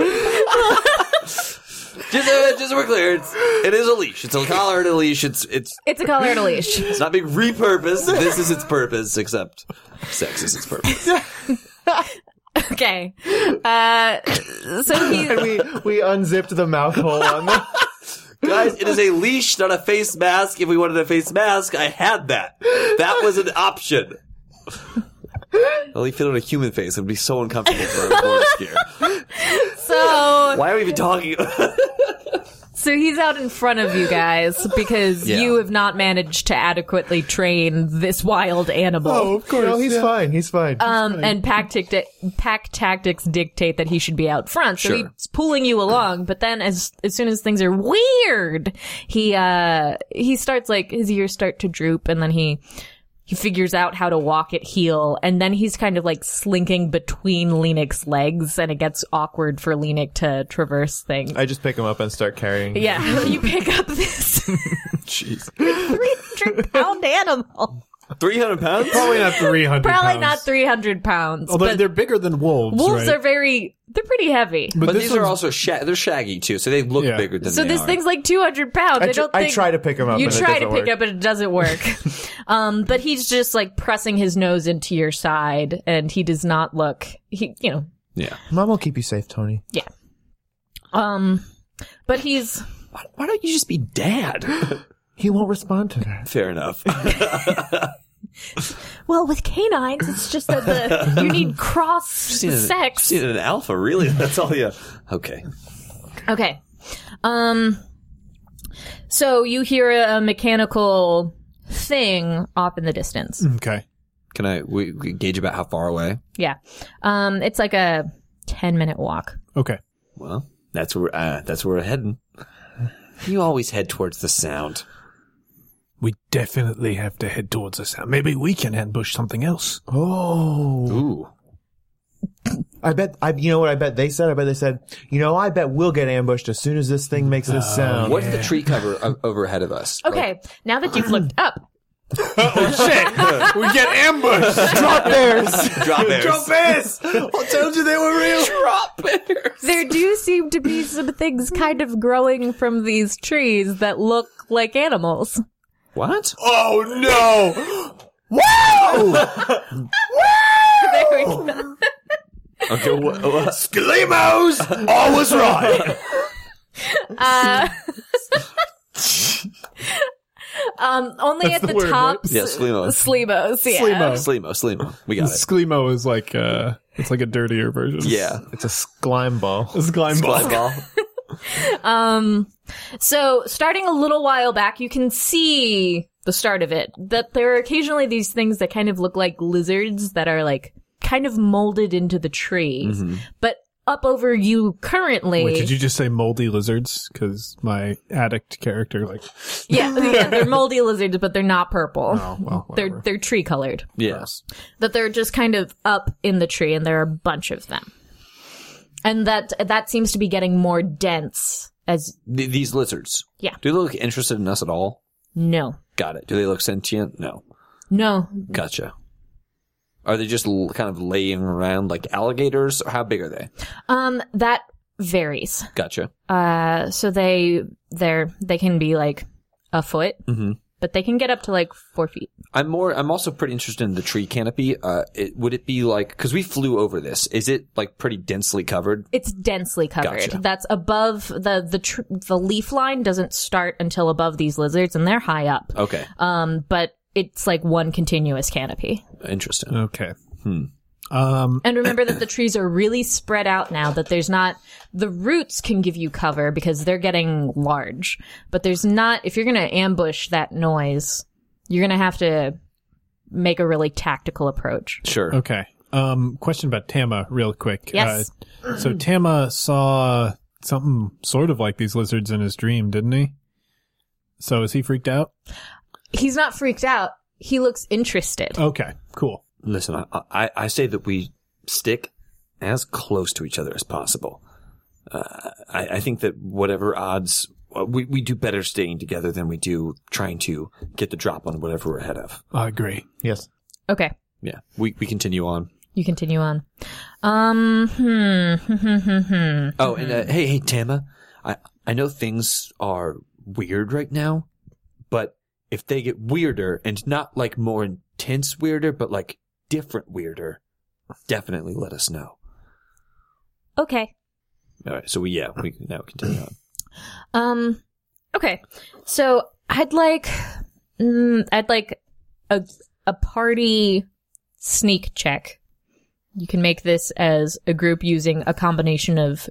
[SPEAKER 4] uh, just so we're clear, it's, it is a leash. It's a collar and a leash. It's it's
[SPEAKER 2] It's a collar and a leash.
[SPEAKER 4] it's not being repurposed. This is its purpose, except sex is its purpose.
[SPEAKER 2] Okay. Uh, so he.
[SPEAKER 5] we we unzipped the mouth hole on the
[SPEAKER 4] Guys, it is a leash, not a face mask. If we wanted a face mask, I had that. That was an option. Well, he fit on a human face. It would be so uncomfortable for a board scare.
[SPEAKER 2] So.
[SPEAKER 4] Why are we even talking?
[SPEAKER 2] So he's out in front of you guys because
[SPEAKER 4] Yeah.
[SPEAKER 2] you have not managed to adequately train this wild animal.
[SPEAKER 5] Oh, of course. No, he's fine. He's fine.
[SPEAKER 2] Um, and pack, tic- pack tactics dictate that he should be out front. So
[SPEAKER 4] Sure.
[SPEAKER 2] he's pulling you along, but then as as soon as things are weird, he uh he starts like his ears start to droop, and then he he figures out how to walk at heel, and then he's kind of like slinking between Lennox's legs, and it gets awkward for Lennox to traverse things.
[SPEAKER 5] I just pick him up and start carrying.
[SPEAKER 2] yeah, you pick up this
[SPEAKER 4] Jeez.
[SPEAKER 2] 300 pound animal.
[SPEAKER 4] 300 pounds?
[SPEAKER 3] Probably not 300
[SPEAKER 2] Probably
[SPEAKER 3] pounds.
[SPEAKER 2] not 300 pounds.
[SPEAKER 3] Although
[SPEAKER 2] but
[SPEAKER 3] they're bigger than wolves.
[SPEAKER 2] wolves
[SPEAKER 3] right?
[SPEAKER 2] are very, they're pretty heavy.
[SPEAKER 3] But,
[SPEAKER 4] But
[SPEAKER 3] this
[SPEAKER 4] these are
[SPEAKER 3] one's-
[SPEAKER 4] also shag- they're shaggy too, so they look
[SPEAKER 3] Yeah.
[SPEAKER 4] bigger than
[SPEAKER 2] So
[SPEAKER 4] they
[SPEAKER 2] this
[SPEAKER 4] are.
[SPEAKER 2] thing's like 200 pounds. I,
[SPEAKER 5] I, tr-
[SPEAKER 2] don't
[SPEAKER 5] I
[SPEAKER 2] think
[SPEAKER 5] try to pick him up.
[SPEAKER 2] you
[SPEAKER 5] and
[SPEAKER 2] try
[SPEAKER 5] it
[SPEAKER 2] to
[SPEAKER 5] doesn't
[SPEAKER 2] pick
[SPEAKER 5] work.
[SPEAKER 2] up, but it doesn't work. um, but he's just like pressing his nose into your side, and he does not look. He, you know,
[SPEAKER 4] yeah.
[SPEAKER 5] Mom will keep you safe, Tony.
[SPEAKER 2] um, but he's
[SPEAKER 4] Why, why don't you just be dad?
[SPEAKER 5] He won't respond to that.
[SPEAKER 4] Fair enough.
[SPEAKER 2] well with canines. It's just that the you need cross sex.
[SPEAKER 4] Seen an alpha, really? That's all you. Okay.
[SPEAKER 2] Okay. Um so you hear a, a mechanical thing off in the distance.
[SPEAKER 3] Okay.
[SPEAKER 4] Can I we, we gauge about how far away?
[SPEAKER 2] Yeah. Um it's like a 10 minute walk.
[SPEAKER 3] Okay.
[SPEAKER 4] Well, that's where uh, that's where we're heading. You always head towards the sound.
[SPEAKER 7] We definitely have to head towards us now. Maybe we can ambush something else.
[SPEAKER 5] Oh,
[SPEAKER 4] Ooh.
[SPEAKER 5] I bet. I you know what I bet they said. I bet they said. You know, I bet we'll get ambushed as soon as this thing makes this sound.
[SPEAKER 4] What's the tree cover o- over ahead of us?
[SPEAKER 2] Okay. Now that you've looked up.
[SPEAKER 3] We get ambushed.
[SPEAKER 5] Drop bears.
[SPEAKER 4] Drop bears. Drop bears. I told you they were real. Drop bears.
[SPEAKER 2] There do seem to be some things kind of growing from these trees that look like animals.
[SPEAKER 4] What?
[SPEAKER 3] Oh no! Oh.
[SPEAKER 4] Okay. Wh- wh-
[SPEAKER 3] Lemos always right.
[SPEAKER 2] Uh Um, only at the,
[SPEAKER 3] the word, right?
[SPEAKER 2] tops.
[SPEAKER 4] yeah, Slimo.
[SPEAKER 2] Slemos, yeah.
[SPEAKER 3] Slimo.
[SPEAKER 4] Slimo. Slimo. We got it.
[SPEAKER 3] Sclemo is like uh it's like a dirtier version.
[SPEAKER 4] Yeah.
[SPEAKER 5] it's a slime ball.
[SPEAKER 3] It's Glime
[SPEAKER 4] Fly
[SPEAKER 3] Ball.
[SPEAKER 4] ball.
[SPEAKER 2] Um, so starting a little while back, you can see the start of it that there are occasionally these things that kind of look like lizards that are like kind of molded into the trees, but up over you currently.
[SPEAKER 3] Wait, did you just say moldy lizards? Because my addict character, like,
[SPEAKER 2] yeah, yeah, they're moldy lizards, but they're not purple.
[SPEAKER 3] oh well,
[SPEAKER 2] They're,
[SPEAKER 3] whatever.
[SPEAKER 2] they're tree colored.
[SPEAKER 4] Yes.
[SPEAKER 2] that they're just kind of up in the tree and there are a bunch of them and that that seems to be getting more dense as
[SPEAKER 4] Th- these lizards.
[SPEAKER 2] Yeah.
[SPEAKER 4] Do they look interested in us at all?
[SPEAKER 2] no
[SPEAKER 4] Got it. Do they look sentient? No.
[SPEAKER 2] no
[SPEAKER 4] Gotcha. Are they just l- kind of laying around like alligators? Or how big are they?
[SPEAKER 2] um that varies
[SPEAKER 4] Gotcha.
[SPEAKER 2] uh so they they're they can be like a foot but they can get up to like four feet.
[SPEAKER 4] I'm more. I'm also pretty interested in the tree canopy. Uh, it, would it be like because we flew over this? Is it like pretty densely covered?
[SPEAKER 2] It's densely covered.
[SPEAKER 4] Gotcha.
[SPEAKER 2] That's above the the tr- the leaf line doesn't start until above these lizards, and they're high up.
[SPEAKER 4] Okay,
[SPEAKER 2] Um, but it's like one continuous canopy.
[SPEAKER 4] interesting.
[SPEAKER 3] Okay. Hmm. Um,
[SPEAKER 2] And remember that the trees are really spread out now. That there's not the roots can give you cover because they're getting large, but there's not. If you're gonna ambush that noise, you're gonna have to make a really tactical approach.
[SPEAKER 4] Sure.
[SPEAKER 3] Okay. Um, question about Tama, real quick.
[SPEAKER 2] Yes.
[SPEAKER 3] Uh, so Tama saw something sort of like these lizards in his dream, didn't he? So is he freaked out?
[SPEAKER 2] He's not freaked out. He looks interested.
[SPEAKER 3] Okay. Cool.
[SPEAKER 4] Listen, I, I I say that we stick as close to each other as possible. Uh, I, I think that whatever odds, uh, we we do better staying together than we do trying to get the drop on whatever we're ahead of.
[SPEAKER 3] Uh,
[SPEAKER 7] I agree.
[SPEAKER 5] Yes.
[SPEAKER 2] Okay.
[SPEAKER 4] Yeah, we we continue on.
[SPEAKER 2] You continue on. Um, hmm, hmm, hmm, hmm, hmm.
[SPEAKER 4] Oh, and uh, hey, hey, Tama, I I know things are weird right now, but if they get weirder and not like more intense weirder, but like different weirder, definitely let us know.
[SPEAKER 2] Okay.
[SPEAKER 4] All right, so we yeah we can now continue on.
[SPEAKER 2] Um, okay. So I'd like, mm, I'd like a, a party sneak check. You can make this as a group using a combination of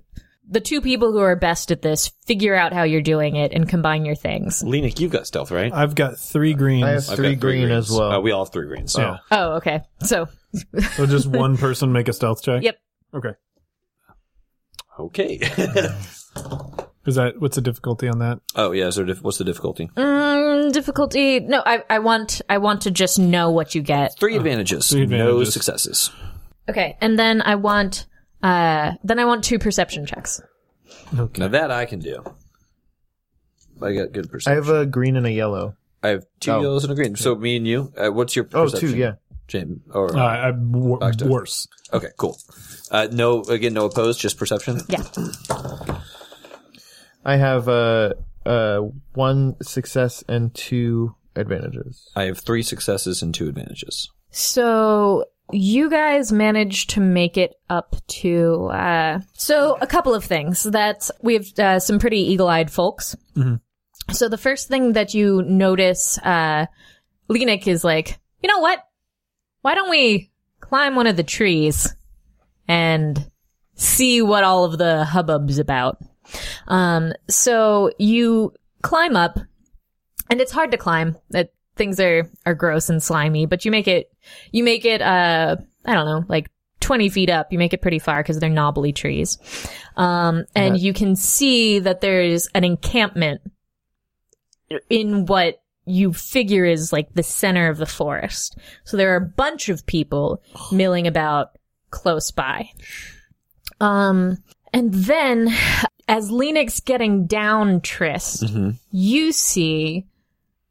[SPEAKER 2] the two people who are best at this, figure out how you're doing it and combine your things.
[SPEAKER 4] Lena, you've got stealth, right?
[SPEAKER 3] I've got three greens.
[SPEAKER 5] I have
[SPEAKER 4] I've
[SPEAKER 5] three
[SPEAKER 4] got
[SPEAKER 5] green
[SPEAKER 4] greens.
[SPEAKER 5] as well.
[SPEAKER 4] Uh, we all have three greens. So.
[SPEAKER 3] Yeah.
[SPEAKER 2] Oh, okay. So,
[SPEAKER 3] So just one person make a stealth check.
[SPEAKER 2] yep.
[SPEAKER 3] Okay.
[SPEAKER 4] Okay.
[SPEAKER 3] Is that what's the difficulty on that?
[SPEAKER 4] oh yeah. So dif- what's the difficulty?
[SPEAKER 2] Mm, difficulty. No, I, I want, I want to just know what you get.
[SPEAKER 5] Uh,
[SPEAKER 4] Three advantages.
[SPEAKER 3] three
[SPEAKER 4] No
[SPEAKER 3] advantages.
[SPEAKER 4] successes.
[SPEAKER 2] Okay, and then I want uh then I want two perception checks.
[SPEAKER 4] Now that I can do. I got good
[SPEAKER 5] I
[SPEAKER 4] perception.
[SPEAKER 5] have a green and a yellow.
[SPEAKER 4] I have two
[SPEAKER 5] Oh.
[SPEAKER 4] yellows and a green. So me and you. Uh, what's your
[SPEAKER 5] Oh, two,
[SPEAKER 4] perception?
[SPEAKER 5] yeah.
[SPEAKER 4] Jim or
[SPEAKER 3] Uh, I'm wor-
[SPEAKER 4] Back to-
[SPEAKER 3] worse.
[SPEAKER 4] okay, cool. Uh, no, again, no opposed, just perception.
[SPEAKER 2] Yeah.
[SPEAKER 5] I have uh, uh, one success and two advantages.
[SPEAKER 4] I have three successes and two advantages.
[SPEAKER 2] So you guys managed to make it up to uh so a couple of things that we have uh, some pretty eagle-eyed folks. So the first thing that you notice uh Lenik is like, "You know what? Why don't we climb one of the trees and see what all of the hubbub's about?" Um, so you climb up, and it's hard to climb. That things are are gross and slimy, but you make it. You make it. Uh, I don't know, like twenty feet up. You make it pretty far because they're knobbly trees, um, and you can see that there's an encampment in what you figure is like the center of the forest. So there are a bunch of people milling about close by. Um, and then as Lenix getting down Trist, you see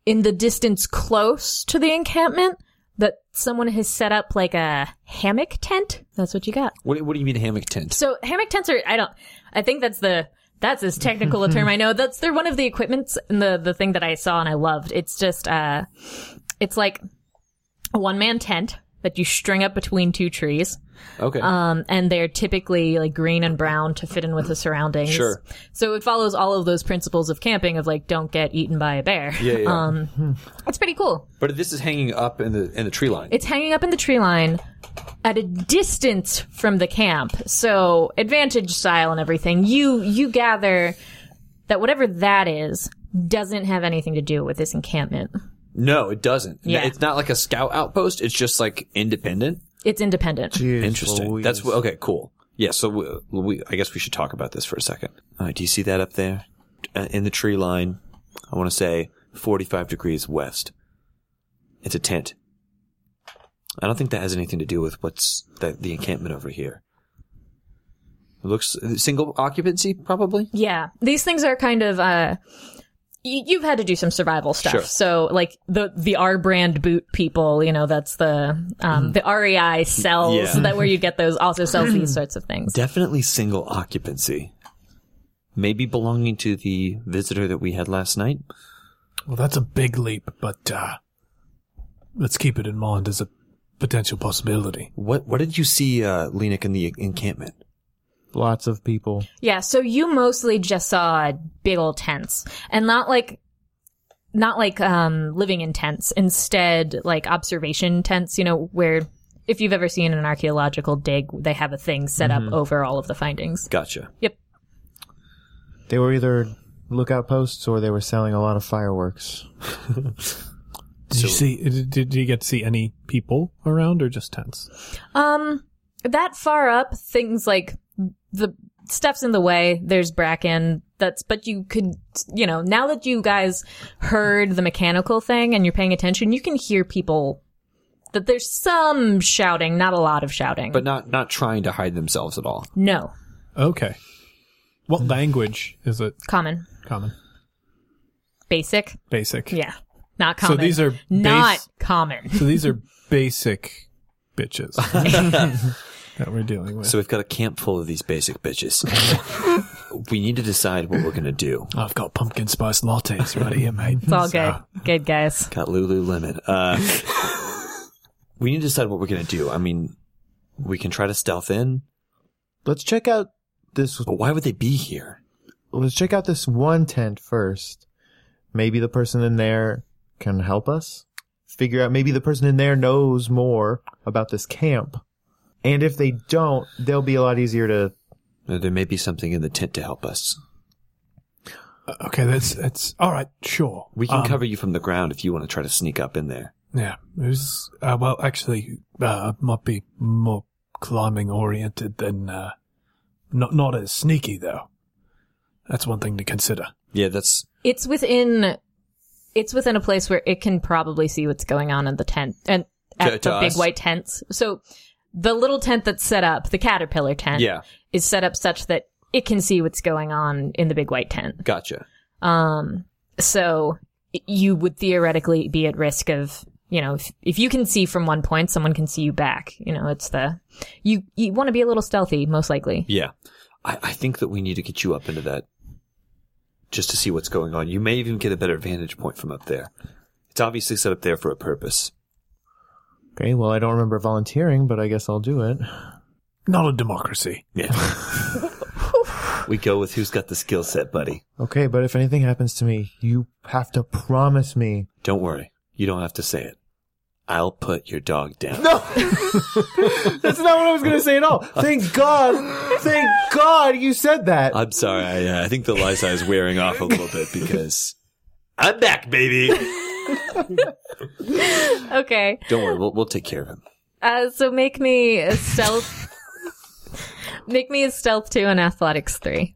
[SPEAKER 2] in the distance close to the encampment that someone has set up like a hammock tent. That's what you got.
[SPEAKER 4] What, what do you mean hammock tent?
[SPEAKER 2] So hammock tents are I don't I think that's the that's as technical a term I know. That's they're one of the equipments and the the thing that I saw and I loved. It's just uh it's like a one man tent that you string up between two trees.
[SPEAKER 4] Okay.
[SPEAKER 2] Um, and they're typically like green and brown to fit in with the surroundings.
[SPEAKER 4] Sure.
[SPEAKER 2] So it follows all of those principles of camping of like don't get eaten by a bear.
[SPEAKER 4] yeah, yeah.
[SPEAKER 2] Um, it's pretty cool.
[SPEAKER 4] but this is hanging up in the in the tree line.
[SPEAKER 2] It's hanging up in the tree line at a distance from the camp. So advantage style and everything. You you gather that whatever that is doesn't have anything to do with this encampment.
[SPEAKER 4] no, it doesn't.
[SPEAKER 2] Yeah.
[SPEAKER 4] It's not like a scout outpost. It's just like independent.
[SPEAKER 2] It's independent.
[SPEAKER 4] Interesting. That's what, okay. Cool. Yeah. So we, we, I guess we should talk about this for a second. All right. Do you see that up there uh, in the tree line? I want to say 45 degrees west. It's a tent. I don't think that has anything to do with what's the, the encampment over here. It looks uh, single occupancy, probably.
[SPEAKER 2] Yeah, these things are kind of. uh y- You've had to do some survival stuff,
[SPEAKER 4] Sure.
[SPEAKER 2] so like the the R brand boot people, you know, that's the um, the REI sells
[SPEAKER 4] Mm-hmm. Yeah.
[SPEAKER 2] that where you get those also sells these sorts of things.
[SPEAKER 4] Definitely single occupancy. Maybe belonging to the visitor that we had last night.
[SPEAKER 7] Well, that's a big leap, but uh, let's keep it in mind as a potential possibility.
[SPEAKER 4] What What did you see, uh, Lenik, in the encampment?
[SPEAKER 5] Lots of people.
[SPEAKER 2] Yeah, so you mostly just saw big old tents and not like not like um living in tents, instead like observation tents, you know, where if you've ever seen an archaeological dig, they have a thing set up over all of the findings.
[SPEAKER 4] Gotcha.
[SPEAKER 2] Yep.
[SPEAKER 5] They were either lookout posts or they were selling a lot of fireworks.
[SPEAKER 7] Did you see?
[SPEAKER 3] Did, did you get to see any people around or just tents?
[SPEAKER 2] Um, that far up, things like the stuff's in the way. There's bracken. That's but you could, you know, now that you guys heard the mechanical thing and you're paying attention, you can hear people. That there's some shouting, not a lot of shouting.
[SPEAKER 4] But not not trying to hide themselves at all.
[SPEAKER 2] no,
[SPEAKER 3] Okay.
[SPEAKER 4] Hmm.
[SPEAKER 3] What language is it
[SPEAKER 2] common,
[SPEAKER 3] common?
[SPEAKER 2] basic,
[SPEAKER 3] Basic.
[SPEAKER 2] yeah, not
[SPEAKER 3] So
[SPEAKER 2] common.
[SPEAKER 3] these are
[SPEAKER 2] not
[SPEAKER 3] base-
[SPEAKER 2] common.
[SPEAKER 3] So these are basic bitches that we're dealing with.
[SPEAKER 4] So we've got a camp full of these basic bitches. we need to decide what we're gonna do.
[SPEAKER 7] I've got pumpkin spice lattes right here, mate.
[SPEAKER 2] It's all good, good guys.
[SPEAKER 4] Got Lululemon. Uh, we need to decide what we're gonna do. I mean, we can try to stealth in,
[SPEAKER 5] Let's check out this.
[SPEAKER 4] but why would they be here?
[SPEAKER 5] Let's check out this one tent first. Maybe the person in there can help us figure out. Maybe the person in there knows more about this camp, and if they don't, they'll be a lot easier to.
[SPEAKER 4] Uh, There may be something in the tent to help us.
[SPEAKER 3] uh,
[SPEAKER 7] Okay, that's that's all right. Sure,
[SPEAKER 4] We can
[SPEAKER 7] Um,
[SPEAKER 4] cover you from the ground if you want to try to sneak up in there.
[SPEAKER 7] Yeah, it was, uh, well, actually, uh, might be more climbing oriented than, uh, not, not as sneaky though. That's one thing to consider.
[SPEAKER 4] Yeah, that's
[SPEAKER 2] It's within, it's within a place where it can probably see what's going on in the tent and at
[SPEAKER 4] To- to
[SPEAKER 2] the big
[SPEAKER 4] us.
[SPEAKER 2] white tents. So the little tent that's set up, the caterpillar tent,
[SPEAKER 4] yeah.
[SPEAKER 2] is set up such that it can see what's going on in the big white tent.
[SPEAKER 4] Gotcha.
[SPEAKER 2] Um, so y- you would theoretically be at risk of, you know, if, if you can see from one point, someone can see you back. You know, it's the you you want to be a little stealthy, most likely.
[SPEAKER 4] Yeah. I, I think that we need to get you up into that just to see what's going on. You may even get a better vantage point from up there. It's obviously set up there for a purpose.
[SPEAKER 5] Okay, well, I don't remember volunteering, but I guess I'll do it.
[SPEAKER 7] Not a democracy.
[SPEAKER 4] Yeah. we go with who's got the skill set, buddy.
[SPEAKER 5] Okay, but if anything happens to me, you have to promise me.
[SPEAKER 4] Don't worry. You don't have to say it. I'll put your dog down. No!
[SPEAKER 5] That's not what I was going to say at all. Thank God. Thank God you said that.
[SPEAKER 4] I'm sorry. I, uh, I think the Liza is wearing off a little bit because I'm back, baby.
[SPEAKER 2] Okay.
[SPEAKER 4] Don't worry. We'll, we'll take care of him.
[SPEAKER 2] Uh, so make me a stealth. make me a stealth two and athletics three.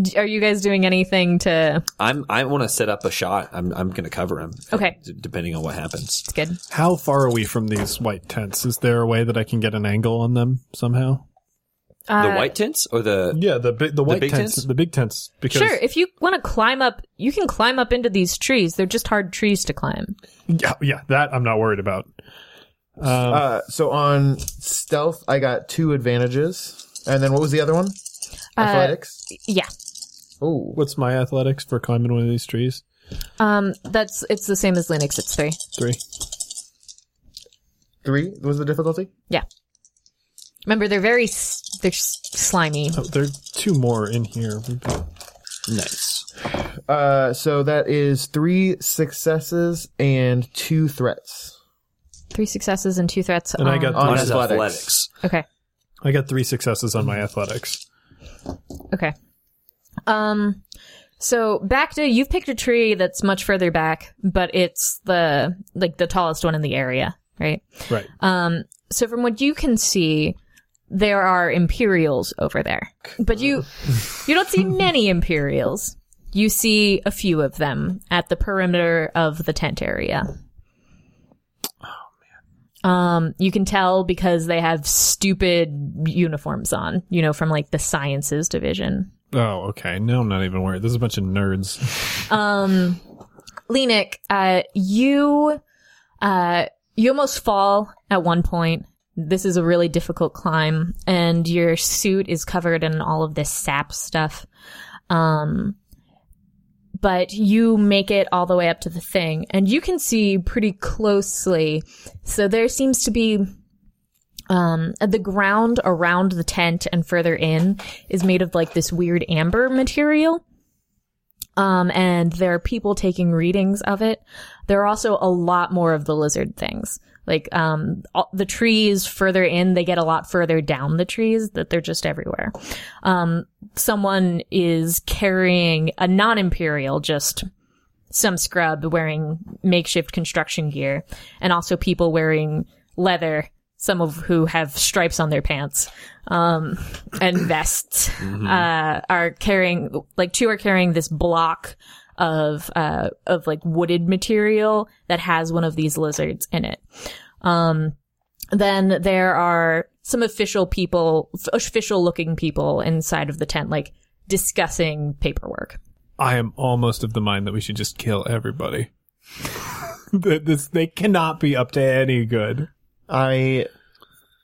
[SPEAKER 2] D- Are you guys doing anything to?
[SPEAKER 4] I'm, I want to set up a shot. I'm, I'm going to cover him.
[SPEAKER 2] Okay.
[SPEAKER 4] d- Depending on what happens.
[SPEAKER 2] It's good.
[SPEAKER 3] How far are we from these white tents? Is there a way that I can get an angle on them somehow?
[SPEAKER 2] Uh,
[SPEAKER 4] the white tints or the.
[SPEAKER 3] Yeah, the big the white
[SPEAKER 4] big
[SPEAKER 3] tents,
[SPEAKER 4] tents?
[SPEAKER 3] the big tents. Because
[SPEAKER 2] Sure. If you want to climb up, you can climb up into these trees. They're just hard trees to climb.
[SPEAKER 3] yeah, yeah, that I'm not worried about.
[SPEAKER 5] Uh, so on stealth, I got two advantages. And then what was the other one? Athletics.
[SPEAKER 2] Yeah.
[SPEAKER 5] Oh,
[SPEAKER 3] What's my athletics for climbing one of these trees?
[SPEAKER 2] Um. That's it's the same as Linux. It's three.
[SPEAKER 3] Three.
[SPEAKER 5] three was the difficulty?
[SPEAKER 2] Yeah. Remember, they're very s- they're s- slimy.
[SPEAKER 3] Oh, there are two more in here. We've got-
[SPEAKER 4] Nice.
[SPEAKER 5] Uh, so that is three successes and two threats.
[SPEAKER 2] Three successes and two threats.
[SPEAKER 3] And I
[SPEAKER 2] on-
[SPEAKER 3] got-
[SPEAKER 5] On
[SPEAKER 4] On his
[SPEAKER 5] athletics.
[SPEAKER 4] athletics.
[SPEAKER 2] okay.
[SPEAKER 3] I got three successes on my athletics.
[SPEAKER 2] Okay. Um so back to you've picked a tree that's much further back, but it's the like the tallest one in the area, right?
[SPEAKER 3] Right.
[SPEAKER 2] Um so from what you can see, there are imperials over there. But you you don't see many imperials. You see a few of them at the perimeter of the tent area. Um, you can tell because they have stupid uniforms on, you know, from like the sciences division.
[SPEAKER 3] Oh, okay. Now I'm not even worried. This is a bunch of nerds.
[SPEAKER 2] Um, Lenik, uh, you, uh, you almost fall at one point. This is a really difficult climb, and your suit is covered in all of this sap stuff. Um, but you make it all the way up to the thing and you can see pretty closely. So there seems to be um, the ground around the tent and further in is made of like this weird amber material. Um, and there are people taking readings of it. There are also a lot more of the lizard things. Like, um, all, the trees further in, they get a lot further down the trees that they're just everywhere. Um, someone is carrying a non-imperial, just some scrub wearing makeshift construction gear and also people wearing leather, some of who have stripes on their pants, um, and vests,
[SPEAKER 4] Mm-hmm.
[SPEAKER 2] uh, are carrying, like two are carrying this block of, uh, of like wooded material that has one of these lizards in it. Um, then there are some official people, official looking people inside of the tent, like discussing paperwork.
[SPEAKER 3] I am almost of the mind that we should just kill everybody. That this they cannot be up to any good.
[SPEAKER 5] I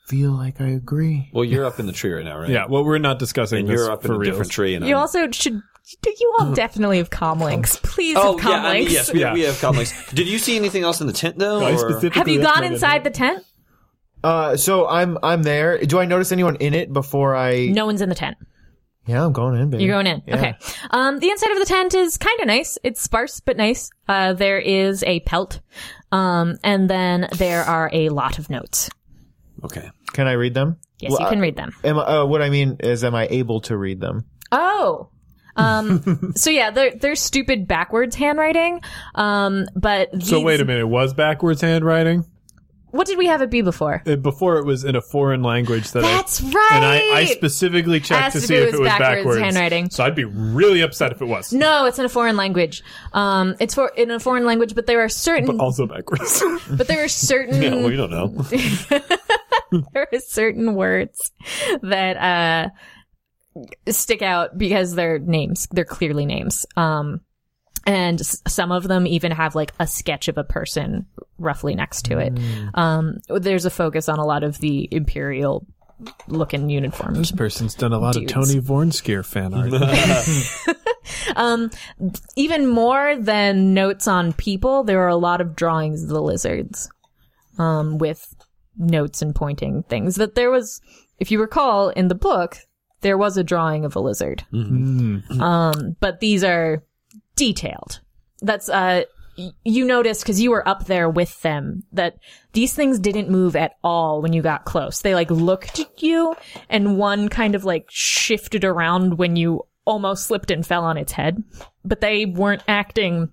[SPEAKER 5] feel like I agree.
[SPEAKER 4] Well, you're up in the tree right now, right?
[SPEAKER 3] Yeah, well, we're not discussing
[SPEAKER 4] And
[SPEAKER 3] this
[SPEAKER 4] you're up in
[SPEAKER 3] for
[SPEAKER 4] a
[SPEAKER 3] real.
[SPEAKER 4] different tree. And
[SPEAKER 2] You
[SPEAKER 4] I'm-
[SPEAKER 2] also should. You all definitely have com links. Please
[SPEAKER 4] Oh
[SPEAKER 2] have
[SPEAKER 4] yeah,
[SPEAKER 2] com
[SPEAKER 4] I mean,
[SPEAKER 2] links.
[SPEAKER 4] yes, we,
[SPEAKER 3] Yeah.
[SPEAKER 4] we have comlinks. Did you see anything else in the tent though?
[SPEAKER 3] I
[SPEAKER 4] or-
[SPEAKER 3] specifically
[SPEAKER 2] Have you
[SPEAKER 3] that's
[SPEAKER 2] gone
[SPEAKER 3] not it.
[SPEAKER 2] inside the tent?
[SPEAKER 5] Uh, so I'm I'm there. Do I notice anyone in it before I?
[SPEAKER 2] No one's in the tent.
[SPEAKER 5] Yeah, I'm going in, baby.
[SPEAKER 2] You're going in.
[SPEAKER 5] Mm. Yeah.
[SPEAKER 2] Okay. Um, the inside of the tent is kind of nice. It's sparse but nice. Uh, there is a pelt, um, and then there are a lot of notes.
[SPEAKER 4] Okay.
[SPEAKER 5] Can I read them?
[SPEAKER 2] Yes,
[SPEAKER 5] Well,
[SPEAKER 2] you can read them.
[SPEAKER 5] I- Am I, uh, what I mean is, am I able to read them?
[SPEAKER 2] Oh. Um, so yeah, they're, they're stupid backwards handwriting. Um, but
[SPEAKER 3] So
[SPEAKER 2] these-
[SPEAKER 3] wait a minute, it was backwards handwriting?
[SPEAKER 2] what did we have it be before?
[SPEAKER 3] Uh, Before it was in a foreign language that
[SPEAKER 2] That's
[SPEAKER 3] I
[SPEAKER 2] right.
[SPEAKER 3] and I, I specifically checked
[SPEAKER 2] Asked
[SPEAKER 3] to
[SPEAKER 2] if
[SPEAKER 3] see
[SPEAKER 2] it
[SPEAKER 3] if
[SPEAKER 2] was
[SPEAKER 3] it was
[SPEAKER 2] backwards
[SPEAKER 3] backwards,
[SPEAKER 2] handwriting.
[SPEAKER 3] So I'd be really upset if it was.
[SPEAKER 2] No, it's in a foreign language. Um, it's for in a foreign language, but there are certain, but,
[SPEAKER 3] Also backwards.
[SPEAKER 2] there are certain,
[SPEAKER 4] Yeah, well, you don't know.
[SPEAKER 2] there are certain words that uh stick out because they're names. They're clearly names. Um, and s- some of them even have like a sketch of a person roughly next to it. Um, there's a focus on a lot of the imperial looking uniforms.
[SPEAKER 7] This person's done a lot
[SPEAKER 2] Dudes.
[SPEAKER 7] of Tony Vornskier fan art.
[SPEAKER 2] Um, even more than notes on people, there are a lot of drawings of the lizards, um, with notes and pointing things. That there was, if you recall, in the book, there was a drawing of a lizard. Um, but these are detailed. That's uh, y- you noticed because you were up there with them that these things didn't move at all when you got close. They like looked at you, and one kind of like shifted around when you almost slipped and fell on its head, but they weren't acting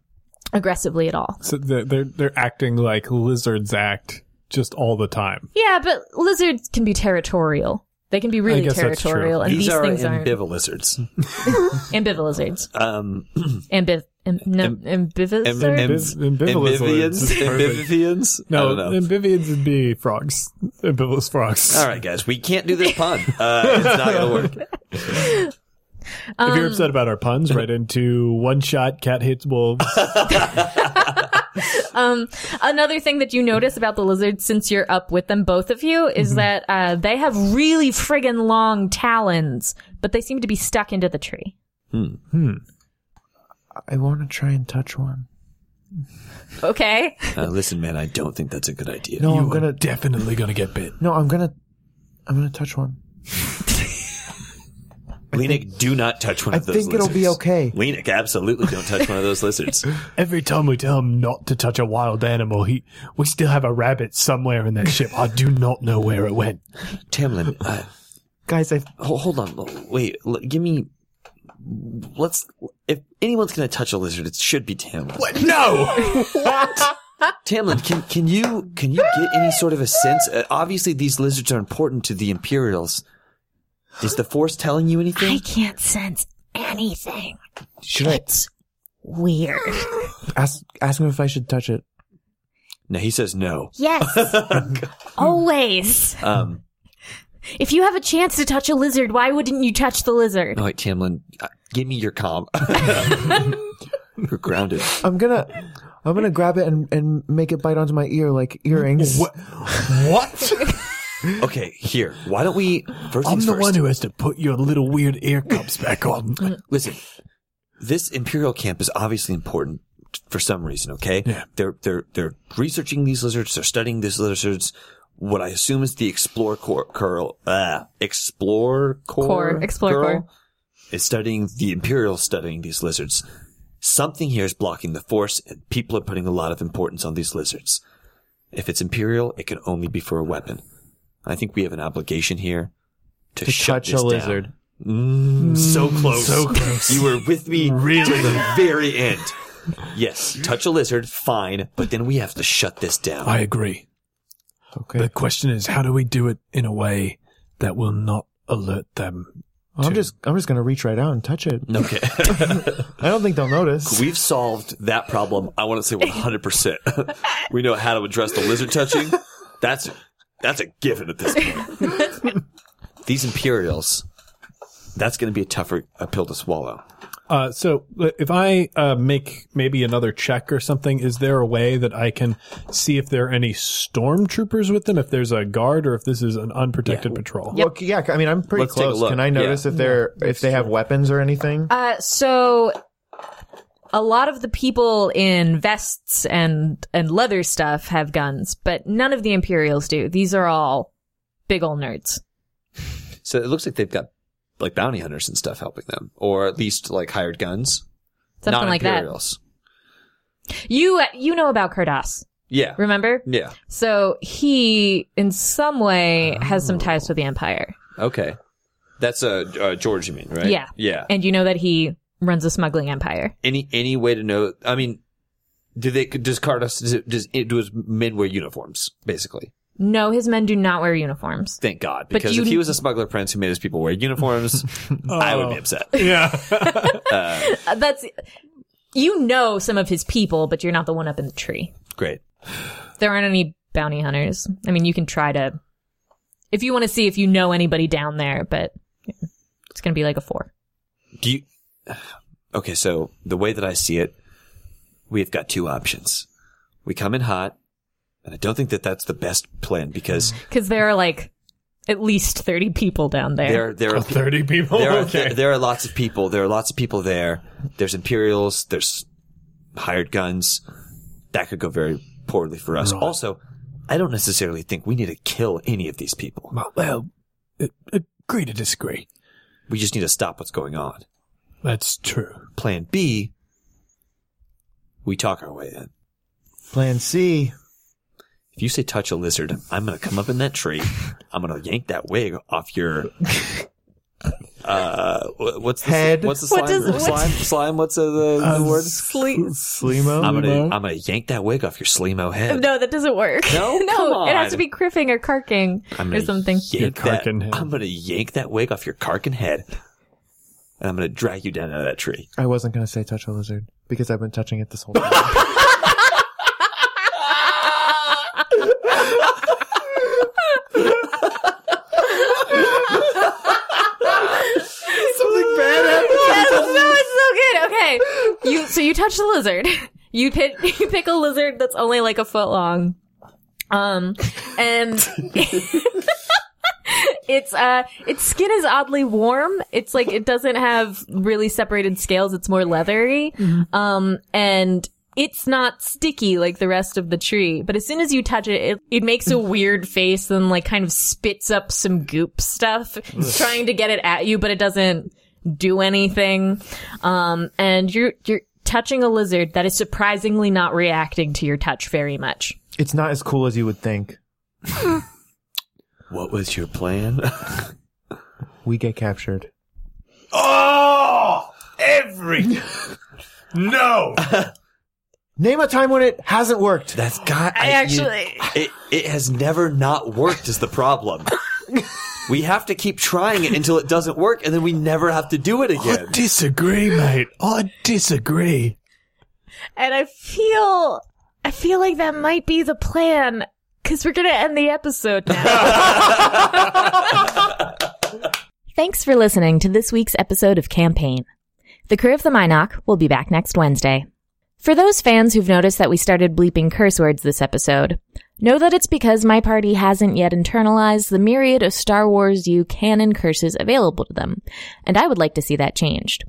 [SPEAKER 2] aggressively at all.
[SPEAKER 3] so they're, they're they're acting like lizards act just all the time.
[SPEAKER 2] Yeah, but lizards can be territorial. They can be really
[SPEAKER 3] guess that's true.
[SPEAKER 2] territorial, and these,
[SPEAKER 4] These are
[SPEAKER 2] things aren't.
[SPEAKER 4] ambivalizards.
[SPEAKER 2] Ambivilizards.
[SPEAKER 4] Um,
[SPEAKER 2] Ambiv. Am, no, ambivizards?
[SPEAKER 4] am- am-
[SPEAKER 3] Ambiv- ambivalizards
[SPEAKER 4] Ambivians?
[SPEAKER 3] is perfect.
[SPEAKER 4] Ambivians? I
[SPEAKER 3] No,
[SPEAKER 4] don't know.
[SPEAKER 3] amphibians would be frogs. Amphibious frogs.
[SPEAKER 4] All right, guys, we can't do this pun. Uh, it's not going to work.
[SPEAKER 3] if you're upset about our puns, right into one shot cat hits wolves.
[SPEAKER 2] Another thing that you notice about the lizards since you're up with them, both of you, is
[SPEAKER 3] Mm-hmm.
[SPEAKER 2] that uh, they have really friggin' long talons, but they seem to be stuck into the tree.
[SPEAKER 5] I want to try and touch one.
[SPEAKER 2] Okay?
[SPEAKER 3] Hmm.
[SPEAKER 4] Uh, listen, man, I don't think that's a good idea.
[SPEAKER 5] No, I'm gonna.
[SPEAKER 7] Definitely gonna get bit.
[SPEAKER 5] No, I'm gonna. I'm gonna touch one.
[SPEAKER 4] Lenik, do not touch one
[SPEAKER 5] I
[SPEAKER 4] of those
[SPEAKER 5] think it'll be
[SPEAKER 4] lizards.
[SPEAKER 5] okay.
[SPEAKER 4] Lenik, absolutely don't touch one of those lizards.
[SPEAKER 7] Every time we tell him not to touch a wild animal, he we still have a rabbit somewhere in that ship. I do not know where it went.
[SPEAKER 4] Tamlin, uh,
[SPEAKER 5] Guys, I
[SPEAKER 4] Ho- hold on. L- Wait. L- give me. Let's. If anyone's gonna touch a lizard, it should be Tamlin. What?
[SPEAKER 7] No,
[SPEAKER 4] Tamlin, can can you can you get any sort of a sense? Uh, obviously, these lizards are important to the Imperials. Is the Force telling you anything?
[SPEAKER 2] can't sense anything.
[SPEAKER 5] should I
[SPEAKER 2] Weird.
[SPEAKER 5] ask ask him if I should touch it.
[SPEAKER 4] No, he says no.
[SPEAKER 2] Yes. Always.
[SPEAKER 4] Um.
[SPEAKER 2] If you have a chance to touch a lizard, why wouldn't you touch the lizard?
[SPEAKER 4] No, wait, Tamlin, uh, give me your calm. You're grounded.
[SPEAKER 5] I'm gonna. I'm gonna grab it and, and make it bite onto my ear like earrings.
[SPEAKER 7] what?
[SPEAKER 4] Okay, here. Why don't we first
[SPEAKER 7] I'm
[SPEAKER 4] things
[SPEAKER 7] the
[SPEAKER 4] first.
[SPEAKER 7] one who has to put your little weird ear cups back on.
[SPEAKER 4] Listen, this Imperial camp is obviously important for some reason. Okay,
[SPEAKER 7] Yeah.
[SPEAKER 4] they're they're they're researching these lizards. They're studying these lizards. What I assume is the explore core, curl, uh, explore core,
[SPEAKER 2] Core, Explore
[SPEAKER 4] girl
[SPEAKER 2] Core.
[SPEAKER 4] is studying the Imperial, studying these lizards. Something here is blocking the force, and people are putting a lot of importance on these lizards. If it's Imperial, it can only be for a weapon. I think we have an obligation here to, shut
[SPEAKER 5] touch
[SPEAKER 4] this
[SPEAKER 5] a
[SPEAKER 4] down.
[SPEAKER 5] lizard.
[SPEAKER 4] Mm, so close.
[SPEAKER 7] so close.
[SPEAKER 4] You were with me really to the very end. Yes, touch a lizard, fine, but then we have to shut this down.
[SPEAKER 7] I agree.
[SPEAKER 5] Okay.
[SPEAKER 7] The question is, how do we do it in a way that will not alert them?
[SPEAKER 5] I'm
[SPEAKER 7] to-
[SPEAKER 5] just I'm just gonna reach right out and touch it.
[SPEAKER 4] okay.
[SPEAKER 5] I don't think they'll notice.
[SPEAKER 4] We've solved that problem. I want to say 100%. we know how to address the lizard touching. That's that's a given at this point. These Imperials, that's going to be a tougher a pill to swallow.
[SPEAKER 3] Uh, so uh, if I uh, make maybe another check or something, is there a way that I can see if there are any stormtroopers with them? If there's a guard, or if this is an unprotected patrol?
[SPEAKER 5] Well, c- yeah, I mean, I'm pretty
[SPEAKER 4] Let's take a
[SPEAKER 5] close.
[SPEAKER 4] look.
[SPEAKER 5] Can I notice if they're if they have weapons or anything?
[SPEAKER 2] Uh, so a lot of the people in vests and and leather stuff have guns, but none of the Imperials do. These are all big ol' nerds.
[SPEAKER 4] So it looks like they've got like bounty hunters and stuff helping them, or at least like hired guns.
[SPEAKER 2] Something
[SPEAKER 4] not
[SPEAKER 2] like
[SPEAKER 4] Imperials.
[SPEAKER 2] that. You you know about Cardass,
[SPEAKER 4] Yeah.
[SPEAKER 2] remember?
[SPEAKER 4] Yeah.
[SPEAKER 2] So he in some way has some ties with the Empire.
[SPEAKER 4] Okay. That's uh, uh, George, you mean, right?
[SPEAKER 2] Yeah.
[SPEAKER 4] Yeah.
[SPEAKER 2] And you know that he runs a smuggling empire.
[SPEAKER 4] any any way to know? I mean, do they does Cardos does it, does it, does men wear uniforms basically?
[SPEAKER 2] No, his men do not wear uniforms.
[SPEAKER 4] Thank God,
[SPEAKER 2] But
[SPEAKER 4] because
[SPEAKER 2] you-
[SPEAKER 4] if he was a smuggler prince who made his people wear uniforms, I
[SPEAKER 2] Oh.
[SPEAKER 4] would be upset.
[SPEAKER 3] Yeah.
[SPEAKER 2] Uh, that's you know some of his people, but you're not the one up in the tree.
[SPEAKER 4] Great.
[SPEAKER 2] There aren't any bounty hunters. I mean, you can try to if you want to see if you know anybody down there, but it's going to be like a 4.
[SPEAKER 4] Do you? Okay, so the way that I see it, we've got two options. We come in hot, and I don't think that that's the best plan because
[SPEAKER 2] Cuz there are like at least 30 people down there.
[SPEAKER 4] there there are pe-
[SPEAKER 3] Thirty people.
[SPEAKER 4] there are
[SPEAKER 3] Oh, okay.
[SPEAKER 4] there are lots of people. There are lots of people there. There's Imperials. There's hired guns. That could go very poorly for us. Also, I don't necessarily think we need to kill any of these people.
[SPEAKER 7] Well, Well, a- agree to disagree.
[SPEAKER 4] We just need to stop what's going on.
[SPEAKER 7] That's true.
[SPEAKER 4] Plan B. We talk our way in.
[SPEAKER 5] Plan C.
[SPEAKER 4] If you say touch a lizard, I'm gonna come up in that tree. I'm gonna yank that wig off your. Uh, wh- what's the,
[SPEAKER 5] Head.
[SPEAKER 4] What's the slime?
[SPEAKER 2] What does- what-
[SPEAKER 4] slime? Slime? What's uh, the, the word?
[SPEAKER 5] Slimo.
[SPEAKER 4] I'm gonna I'm gonna yank that wig off your slimo head.
[SPEAKER 2] no, that doesn't work.
[SPEAKER 4] No?
[SPEAKER 2] no,
[SPEAKER 4] Come
[SPEAKER 2] it has to
[SPEAKER 4] on.
[SPEAKER 2] be criffing or carking
[SPEAKER 4] I'm
[SPEAKER 2] or
[SPEAKER 4] gonna
[SPEAKER 2] something.
[SPEAKER 4] Yank
[SPEAKER 3] Your
[SPEAKER 4] that-
[SPEAKER 3] carkin head.
[SPEAKER 4] I'm gonna yank that wig off your carkin head, and I'm gonna drag you down out of that tree.
[SPEAKER 5] I wasn't gonna say touch a lizard because I've been touching it this whole time.
[SPEAKER 4] Something bad happened.
[SPEAKER 2] Yes, that was so good. Okay, you so you touch the lizard. You pick you pick a lizard that's only like a foot long, um, and it's uh its skin is oddly warm. It's like it doesn't have really separated scales. It's more leathery, um, and it's not sticky like the rest of the tree. But as soon as you touch it, it, it makes a weird face and like kind of spits up some goop stuff, It's trying to get it at you, but it doesn't do anything. Um, and you're you're touching a lizard that is surprisingly not reacting to your touch very much.
[SPEAKER 5] it's not as cool as you would think.
[SPEAKER 4] What was your plan?
[SPEAKER 5] We get captured.
[SPEAKER 7] Oh, every no.
[SPEAKER 5] Name a time when it hasn't worked.
[SPEAKER 4] That's got.
[SPEAKER 2] I
[SPEAKER 4] you-
[SPEAKER 2] actually-
[SPEAKER 4] it it has never not worked is the problem. we have to keep trying it until it doesn't work, and then we never have to do it
[SPEAKER 7] I
[SPEAKER 4] again.
[SPEAKER 7] disagree, mate. I disagree.
[SPEAKER 2] And I feel I feel like that might be the plan because we're gonna end the episode now. Thanks for listening to this week's episode of Campaign. The crew of the Minoc will be back next Wednesday. For those fans who've noticed that we started bleeping curse words this episode, know that it's because my party hasn't yet internalized the myriad of Star Wars U canon curses available to them, and I would like to see that changed.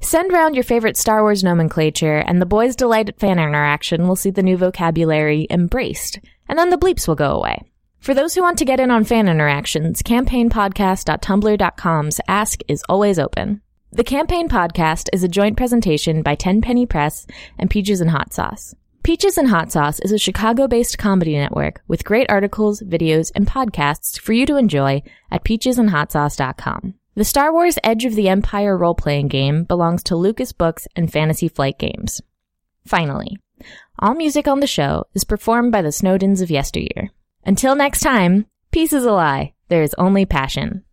[SPEAKER 2] Send round your favorite Star Wars nomenclature, and the boys' delight at fan interaction will see the new vocabulary embraced, and then the bleeps will go away. For those who want to get in on fan interactions, campaignpodcast.tumblr.com's ask is always open. The Campaign Podcast is a joint presentation by Tenpenny Press and Peaches and Hot Sauce. Peaches and Hot Sauce is a Chicago based comedy network with great articles, videos, and podcasts for you to enjoy at peachesandhotsauce.com. The Star Wars Edge of the Empire role playing game belongs to Lucas Books and Fantasy Flight Games. Finally, all music on the show is performed by the Snowdens of yesteryear. Until next time, peace is a lie. There is only passion.